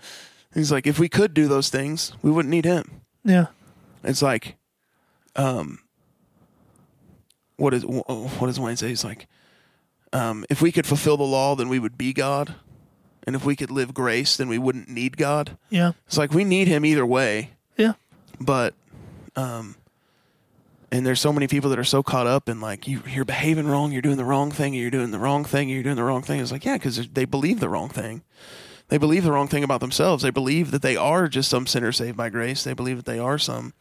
He's like, if we could do those things, we wouldn't need him.
Yeah.
It's like, um, what is what does Wayne say? He's like, um, if we could fulfill the law, then we would be God, and if we could live grace, then we wouldn't need God.
Yeah.
It's like we need Him either way,
Yeah.
but, um, and there's so many people that are so caught up in like you, you're behaving wrong, you're doing the wrong thing, you're doing the wrong thing, you're doing the wrong thing. It's like yeah, because they believe the wrong thing. They believe the wrong thing about themselves. They believe that they are just some sinner saved by grace. They believe that they are some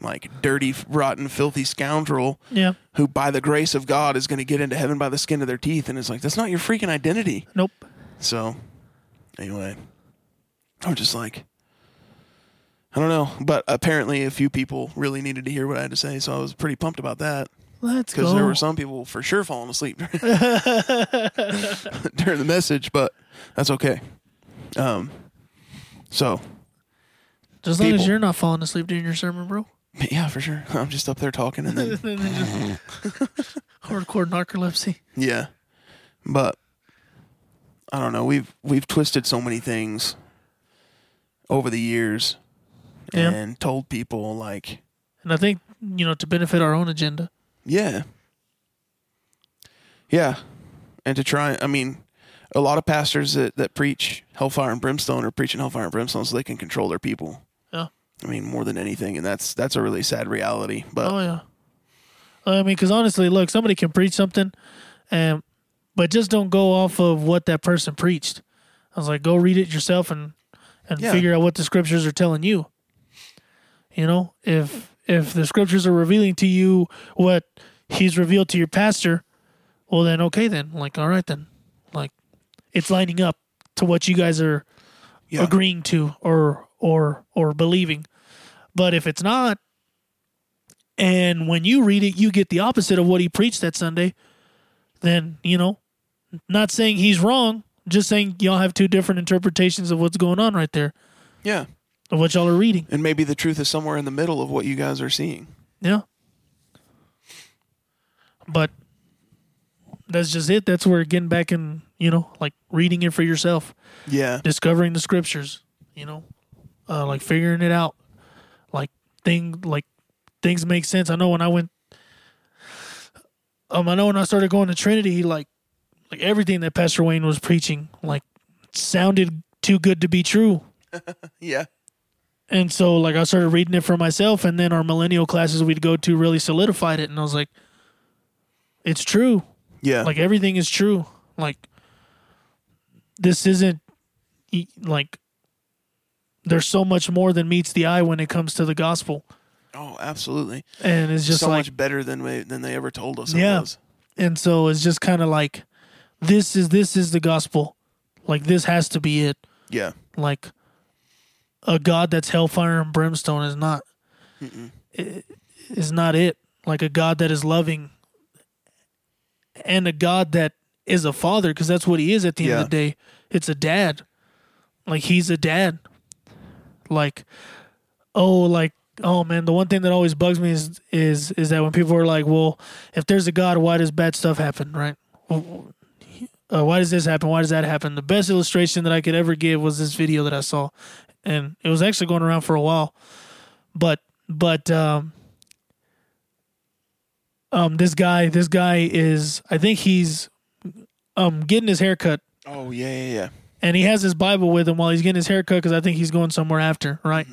like dirty, rotten, filthy scoundrel
Yeah.
who, by the grace of God, is going to get into heaven by the skin of their teeth. And it's like, that's not your freaking identity.
Nope.
So, anyway, I'm just like, I don't know. But apparently, a few people really needed to hear what I had to say. So I was pretty pumped about that
Let's go.
because there were some people for sure falling asleep during the message, but that's okay. Um, so
As long as
people.
you're not falling asleep during your sermon, bro.
yeah, for sure. I'm just up there talking and then
Hardcore narcolepsy.
Yeah. But I don't know. We've we've twisted so many things over the years
Yeah.
and told people like,
And I think, you know, to benefit our own agenda.
yeah. Yeah. And to try I mean, a lot of pastors that, that preach hellfire and brimstone are preaching hellfire and brimstone so they can control their people.
Yeah.
I mean, more than anything, and that's that's a really sad reality. But
Oh, yeah. I mean, because honestly, look, somebody can preach something, and but just don't go off of what that person preached. I was like, go read it yourself and and
Yeah.
figure out what the scriptures are telling you. You know, if if the scriptures are revealing to you what he's revealed to your pastor, well then okay then. Like, all right then. Like it's lining up to what you guys are
yeah,
agreeing to or or or believing. But if it's not, and when you read it, you get the opposite of what he preached that Sunday, then you know, not saying he's wrong, just saying y'all have two different interpretations of what's going on right there,
yeah.
of what y'all are reading.
And maybe the truth is somewhere in the middle of what you guys are seeing.
Yeah. But that's just it. That's where getting back and you know, like reading it for yourself.
Yeah.
discovering the scriptures you know uh, like figuring it out like thing like things make sense i know when i went um i know when i started going to trinity like like everything that pastor wayne was preaching like sounded too good to be true
Yeah.
and so like i started reading it for myself and then our millennial classes we'd go to really solidified it and i was like it's true
Yeah.
like everything is true like this isn't e- like there's so much more than meets the eye when it comes to the gospel
oh, absolutely.
and it's just
so
like
much better than we, than they ever told us.
Yeah.
it was.
and so it's just kind of like this is this is the gospel like this has to be it
yeah,
like a god that's hellfire and brimstone is not i- is not it like a god that is loving and a god that is a father because that's what he is at the end of the day it's a dad like he's a dad like oh like oh man the one thing that always bugs me is is is that when people are like well if there's a god why does bad stuff happen right uh, why does this happen? Why does that happen? The best illustration that I could ever give was this video that I saw, and it was actually going around for a while. But but um, um, this guy this guy is I think he's um getting his hair cut,
Oh yeah, yeah, yeah.
and he has his Bible with him while he's getting his hair cut because I think he's going somewhere after, right?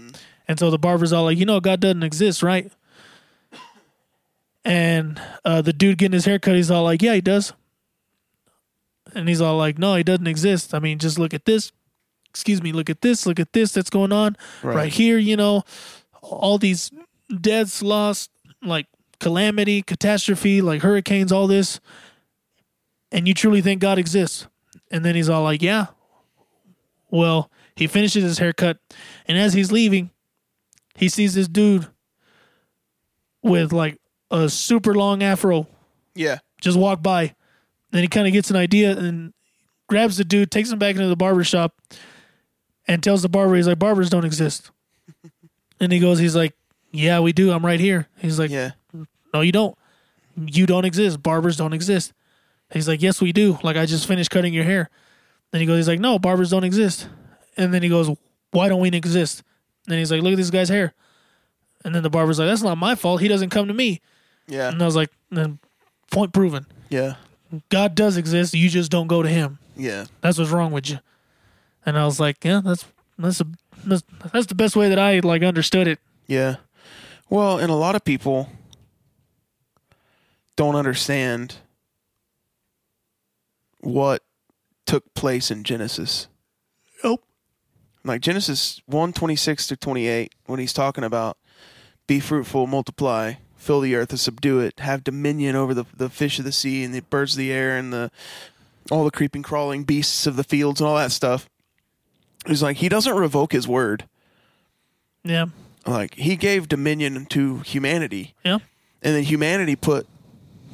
And so the barber's all like, you know, God doesn't exist, right? And uh, the dude getting his hair cut, he's all like, yeah, he does. And he's all like, no, he doesn't exist. I mean, just look at this. Excuse me, look at this, look at this that's going on
Right.
right, here, you know, all these deaths, loss, like calamity, catastrophe, like hurricanes, all this. And you truly think God exists. And then he's all like, yeah. Well, he finishes his haircut. And as he's leaving, he sees this dude with like a super long afro
Yeah.
just walk by. Then he kind of gets an idea and grabs the dude, takes him back into the barber shop, and tells the barber, he's like, barbers don't exist. and he goes, he's like, yeah, we do. I'm right here. He's like,
Yeah.
no, you don't. You don't exist. Barbers don't exist. He's like, yes, we do. Like, I just finished cutting your hair. Then he goes, he's like, no, barbers don't exist. And then he goes, why don't we exist? Then he's like, look at this guy's hair. And then the barber's like, that's not my fault. He doesn't come to me.
Yeah.
And I was like, then point proven.
Yeah.
God does exist. You just don't go to Him.
Yeah.
That's what's wrong with you. And I was like, yeah, that's that's a, that's, that's the best way that I like understood it.
Yeah. Well, and a lot of people don't understand what took place in Genesis.
Nope.
Like Genesis 1 26 to 28, when he's talking about be fruitful, multiply, fill the earth and subdue it, have dominion over the, the fish of the sea and the birds of the air and the all the creeping, crawling beasts of the fields and all that stuff. He's like, he doesn't revoke his word.
Yeah.
Like, he gave dominion to humanity
Yeah.
and then humanity put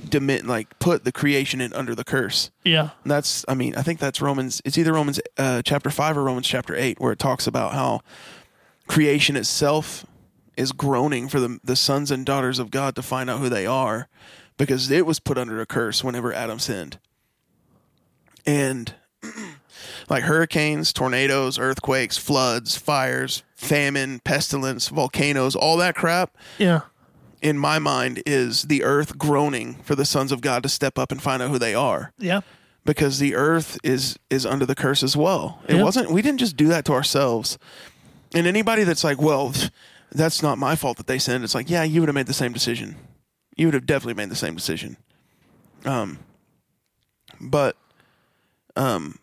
demit like put the creation in under the curse.
Yeah.
And that's I mean I think that's Romans. It's either Romans uh, chapter five or Romans chapter eight where it talks about how creation itself is groaning for the the sons and daughters of God to find out who they are because it was put under a curse whenever Adam sinned. And like hurricanes, tornadoes, earthquakes, floods, fires, famine, pestilence, volcanoes, all that crap
Yeah.
in my mind is the earth groaning for the sons of God to step up and find out who they are
Yeah.
because the earth is is under the curse as well. It
Yeah.
wasn't we didn't just do that to ourselves. And anybody that's like, well, pff, that's not my fault that they sinned. It's like, yeah, you would have made the same decision. You would have definitely made the same decision. Um but um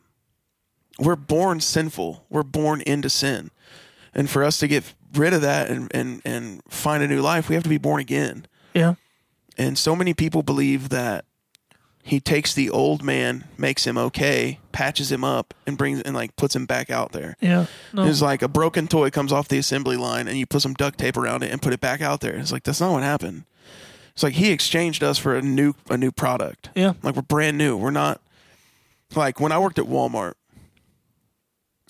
we're born sinful. We're born into sin. And for us to get rid of that and and and find a new life, we have to be born again.
Yeah.
And so many people believe that he takes the old man, makes him okay, patches him up, and brings and like puts him back out there.
Yeah. No.
It's like a broken toy comes off the assembly line, and you put some duct tape around it and put it back out there. It's like that's not what happened. It's like he exchanged us for a new a new product.
Yeah.
Like we're brand new. We're not like when I worked at Walmart.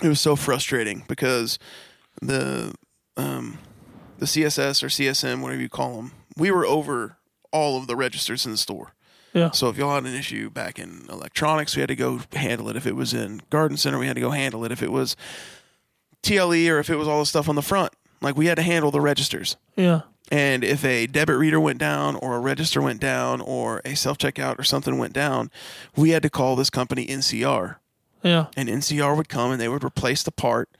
It was so frustrating because the um, the CSS or CSM, whatever you call them, we were over all of the registers in the store.
Yeah.
So if y'all had an issue back in electronics, we had to go handle it. If it was in garden center, we had to go handle it. If it was TLE or if it was all the stuff on the front, like we had to handle the registers.
Yeah.
And if a debit reader went down or a register went down or a self checkout or something went down, we had to call this company NCR.
Yeah.
And NCR would come and they would replace the part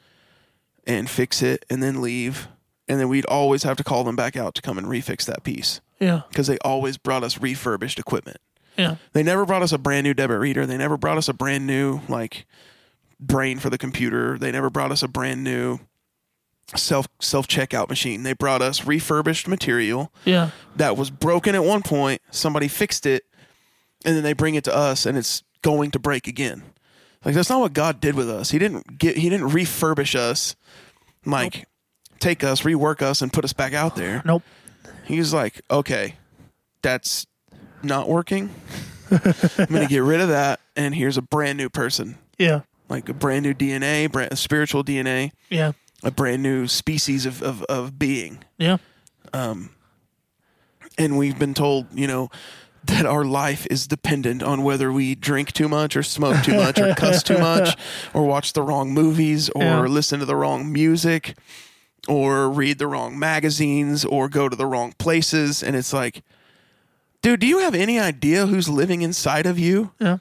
and fix it and then leave. And then we'd always have to call them back out to come and refix that piece
Yeah.
because they always brought us refurbished equipment.
Yeah.
They never brought us a brand new debit reader. They never brought us a brand new like brain for the computer. They never brought us a brand new self self checkout machine. They brought us refurbished material
Yeah.
that was broken at one point. Somebody fixed it, and then they bring it to us, and it's going to break again. Like that's not what God did with us. He didn't get. He didn't refurbish us. Like take us, rework us, and put us back out there.
Nope.
He's like, okay, that's not working. I'm going to get rid of that. And here's a brand new person,
Yeah.
like a brand new DNA, brand, spiritual DNA,
Yeah.
a brand new species of, of, of being.
Yeah.
And we've been told, you know, that our life is dependent on whether we drink too much or smoke too much or cuss too much or watch the wrong movies or
Yeah.
listen to the wrong music or read the wrong magazines or go to the wrong places. And it's like, dude, do you have any idea who's living inside of you?
Yeah.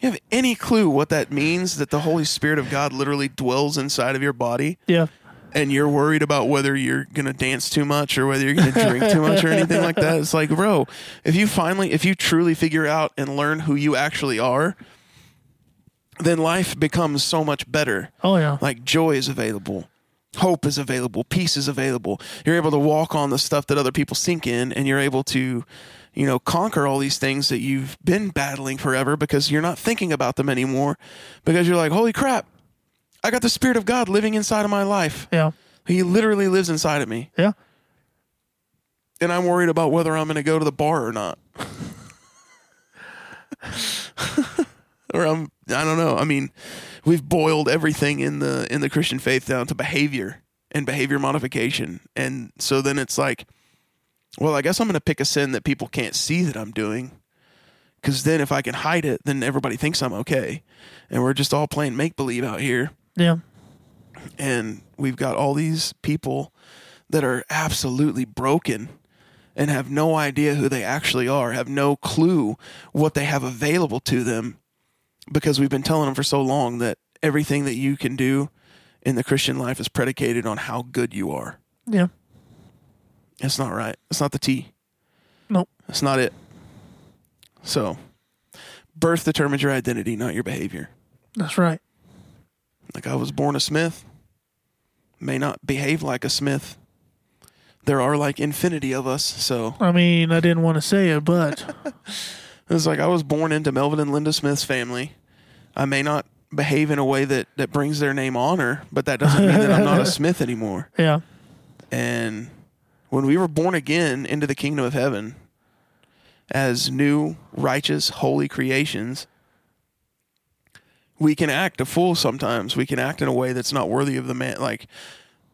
You have any clue what that means that the Holy Spirit of God literally dwells inside of your body?
Yeah.
and you're worried about whether you're gonna dance too much or whether you're gonna drink too much or anything like that. It's like, bro, if you finally, if you truly figure out and learn who you actually are, then life becomes so much better.
Oh yeah.
Like joy is available, hope is available, peace is available. You're able to walk on the stuff that other people sink in, and you're able to, you know, conquer all these things that you've been battling forever because you're not thinking about them anymore because you're like, holy crap, I got the Spirit of God living inside of my life.
yeah.
He literally lives inside of me,
Yeah.
and I'm worried about whether I'm going to go to the bar or not. or I'm I don't know. I mean, we've boiled everything in the in the Christian faith down to behavior and behavior modification. And so then it's like well, I guess I'm going to pick a sin that people can't see that I'm doing. Cuz then if I can hide it, then everybody thinks I'm okay. And we're just all playing make believe out here
Yeah.
and we've got all these people that are absolutely broken and have no idea who they actually are, have no clue what they have available to them because we've been telling them for so long that everything that you can do in the Christian life is predicated on how good you are.
Yeah.
It's not right. It's not the T.
Nope.
That's not it. So, birth determines your identity, not your behavior.
That's right.
Like I was born a smith, may not behave like a smith. There are like infinity of us, so
I mean, I didn't want to say it, but
it's like I was born into Melvin and Linda Smith's family. I may not behave in a way that that brings their name honor, but that doesn't mean that I'm not a smith anymore.
yeah.
And when we were born again into the kingdom of heaven as new, righteous, holy creations, we can act a fool sometimes. We can act in a way that's not worthy of the man, like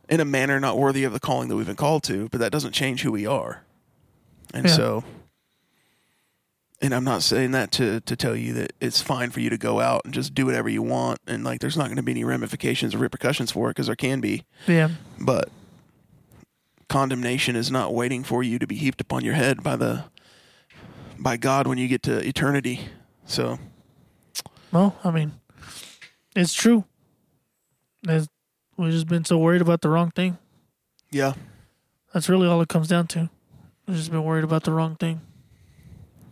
in a manner not worthy of the calling that we've been called to, but that doesn't change who we are. And
Yeah.
so, and I'm not saying that to, to tell you that it's fine for you to go out and just do whatever you want. And like, there's not going to be any ramifications or repercussions for it because there can be
Yeah.
but condemnation is not waiting for you to be heaped upon your head by the by God when you get to eternity. So
Well, I mean, it's true. It's, we've just been so worried about the wrong thing.
yeah,
That's really all it comes down to. We've just been worried about the wrong thing.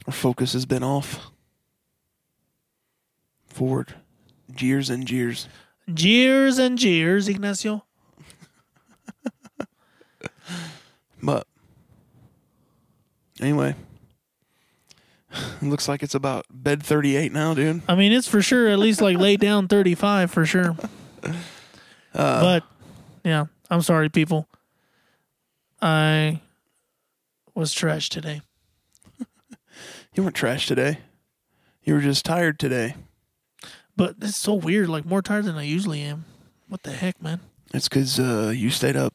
our focus has been off forward jeers and jeers.
Jeers and jeers, Ignacio.
But anyway, it looks like it's about bed 38 now, dude.
I mean, it's for sure at least like lay down 35 for sure. but yeah, I'm sorry, people. I was trash today.
You weren't trash today. You were just tired today.
But it's so weird. Like, more tired than I usually am. What the heck, man?
It's because uh, you stayed up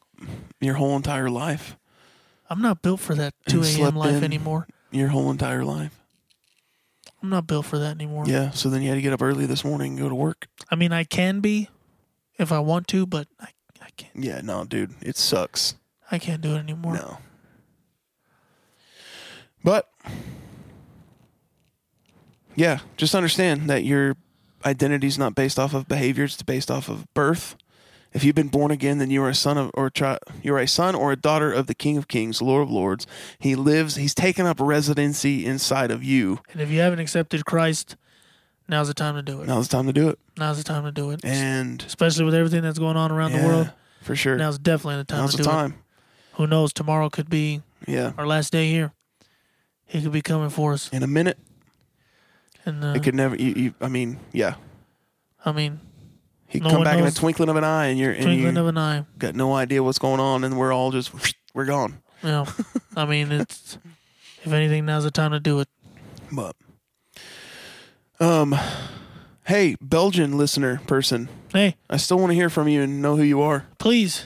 your whole entire life.
I'm not built for that
And
2 a.m.
slept
life
in.
anymore.
Your whole entire life.
I'm not built for that anymore.
Yeah, so then you had to get up early this morning and go to work.
I mean, I can be if I want to, but I, I can't.
Yeah, no, dude, it sucks.
I can't do it anymore.
No. But yeah, just understand that your identity's not based off of behavior, it's based off of birth. If you've been born again, then you are a son of or chi- you're a son or a daughter of the King of Kings, Lord of Lords. He lives, he's taken up residency inside of you.
And if you haven't accepted Christ, now's the time to do it.
Now's the time to do it.
Now's the time to do it.
And
Especially with everything that's going on around
yeah,
the world.
for sure.
Now's definitely the time
Now's
to
the
do
time.
it. Who knows? Tomorrow could be
Yeah.
our last day here. He could be coming for us.
In a minute.
And uh,
It could never. You, you, I mean, yeah.
I mean,
He
No
come
one
back in a
knows.
twinkling of an eye, and you're and
twinkling
you
of an eye.
got no idea what's going on, and we're all just we're gone.
You know, I mean, it's if anything, now's the time to do it.
But, um, hey, Belgian listener person,
Hey,
I still want to hear from you and know who you are.
please,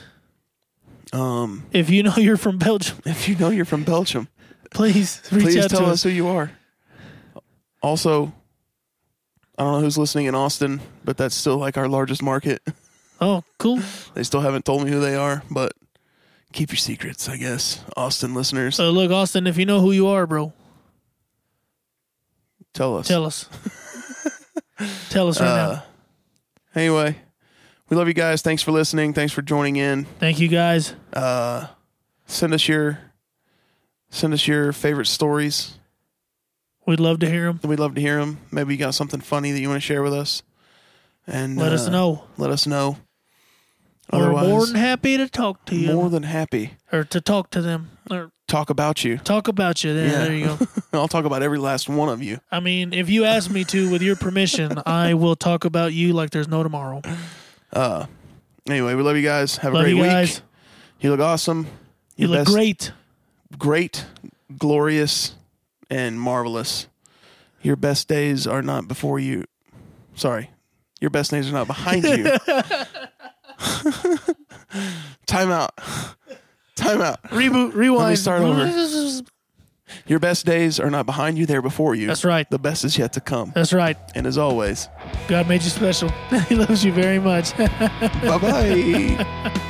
Um,
if you know you're from Belgium,
if you know you're from Belgium,
please reach
please
out
tell
to
us who you are. Also, I don't know who's listening in Austin, but that's still like our largest market.
Oh, cool.
They still haven't told me who they are, but keep your secrets, I guess. Austin listeners,
So Uh, look, Austin, if you know who you are, bro,
tell us.
tell us. tell us right
Uh, anyway, we love you guys. Thanks for listening. Thanks for joining in.
now. Thank you guys.
Uh, send us your send us your favorite stories.
We'd love to hear them.
We'd love to hear them. Maybe you got something funny that you want to share with us. and
Let us
uh,
know.
Let us know.
We're more
Otherwise,
than happy to talk to you
more than happy
or to talk to them or
talk about you.
talk about you. There,
Yeah.
there you go.
I'll talk about every last one of you.
I mean, if you ask me to, with your permission, I will talk about you like there's no tomorrow.
Anyway, we love you guys. Have
Love
a great
you
week.
guys.
You look awesome.
You
Your
look
best-
great.
Great, glorious, and marvelous. Your best days are not before you. Sorry. Your best days are not behind you. Time out. Time out.
Reboot, rewind.
start over. Your best days are not behind you, they're before you.
That's right.
The best is yet to come.
That's right.
And as always,
God made you special. he loves you very much.
bye bye.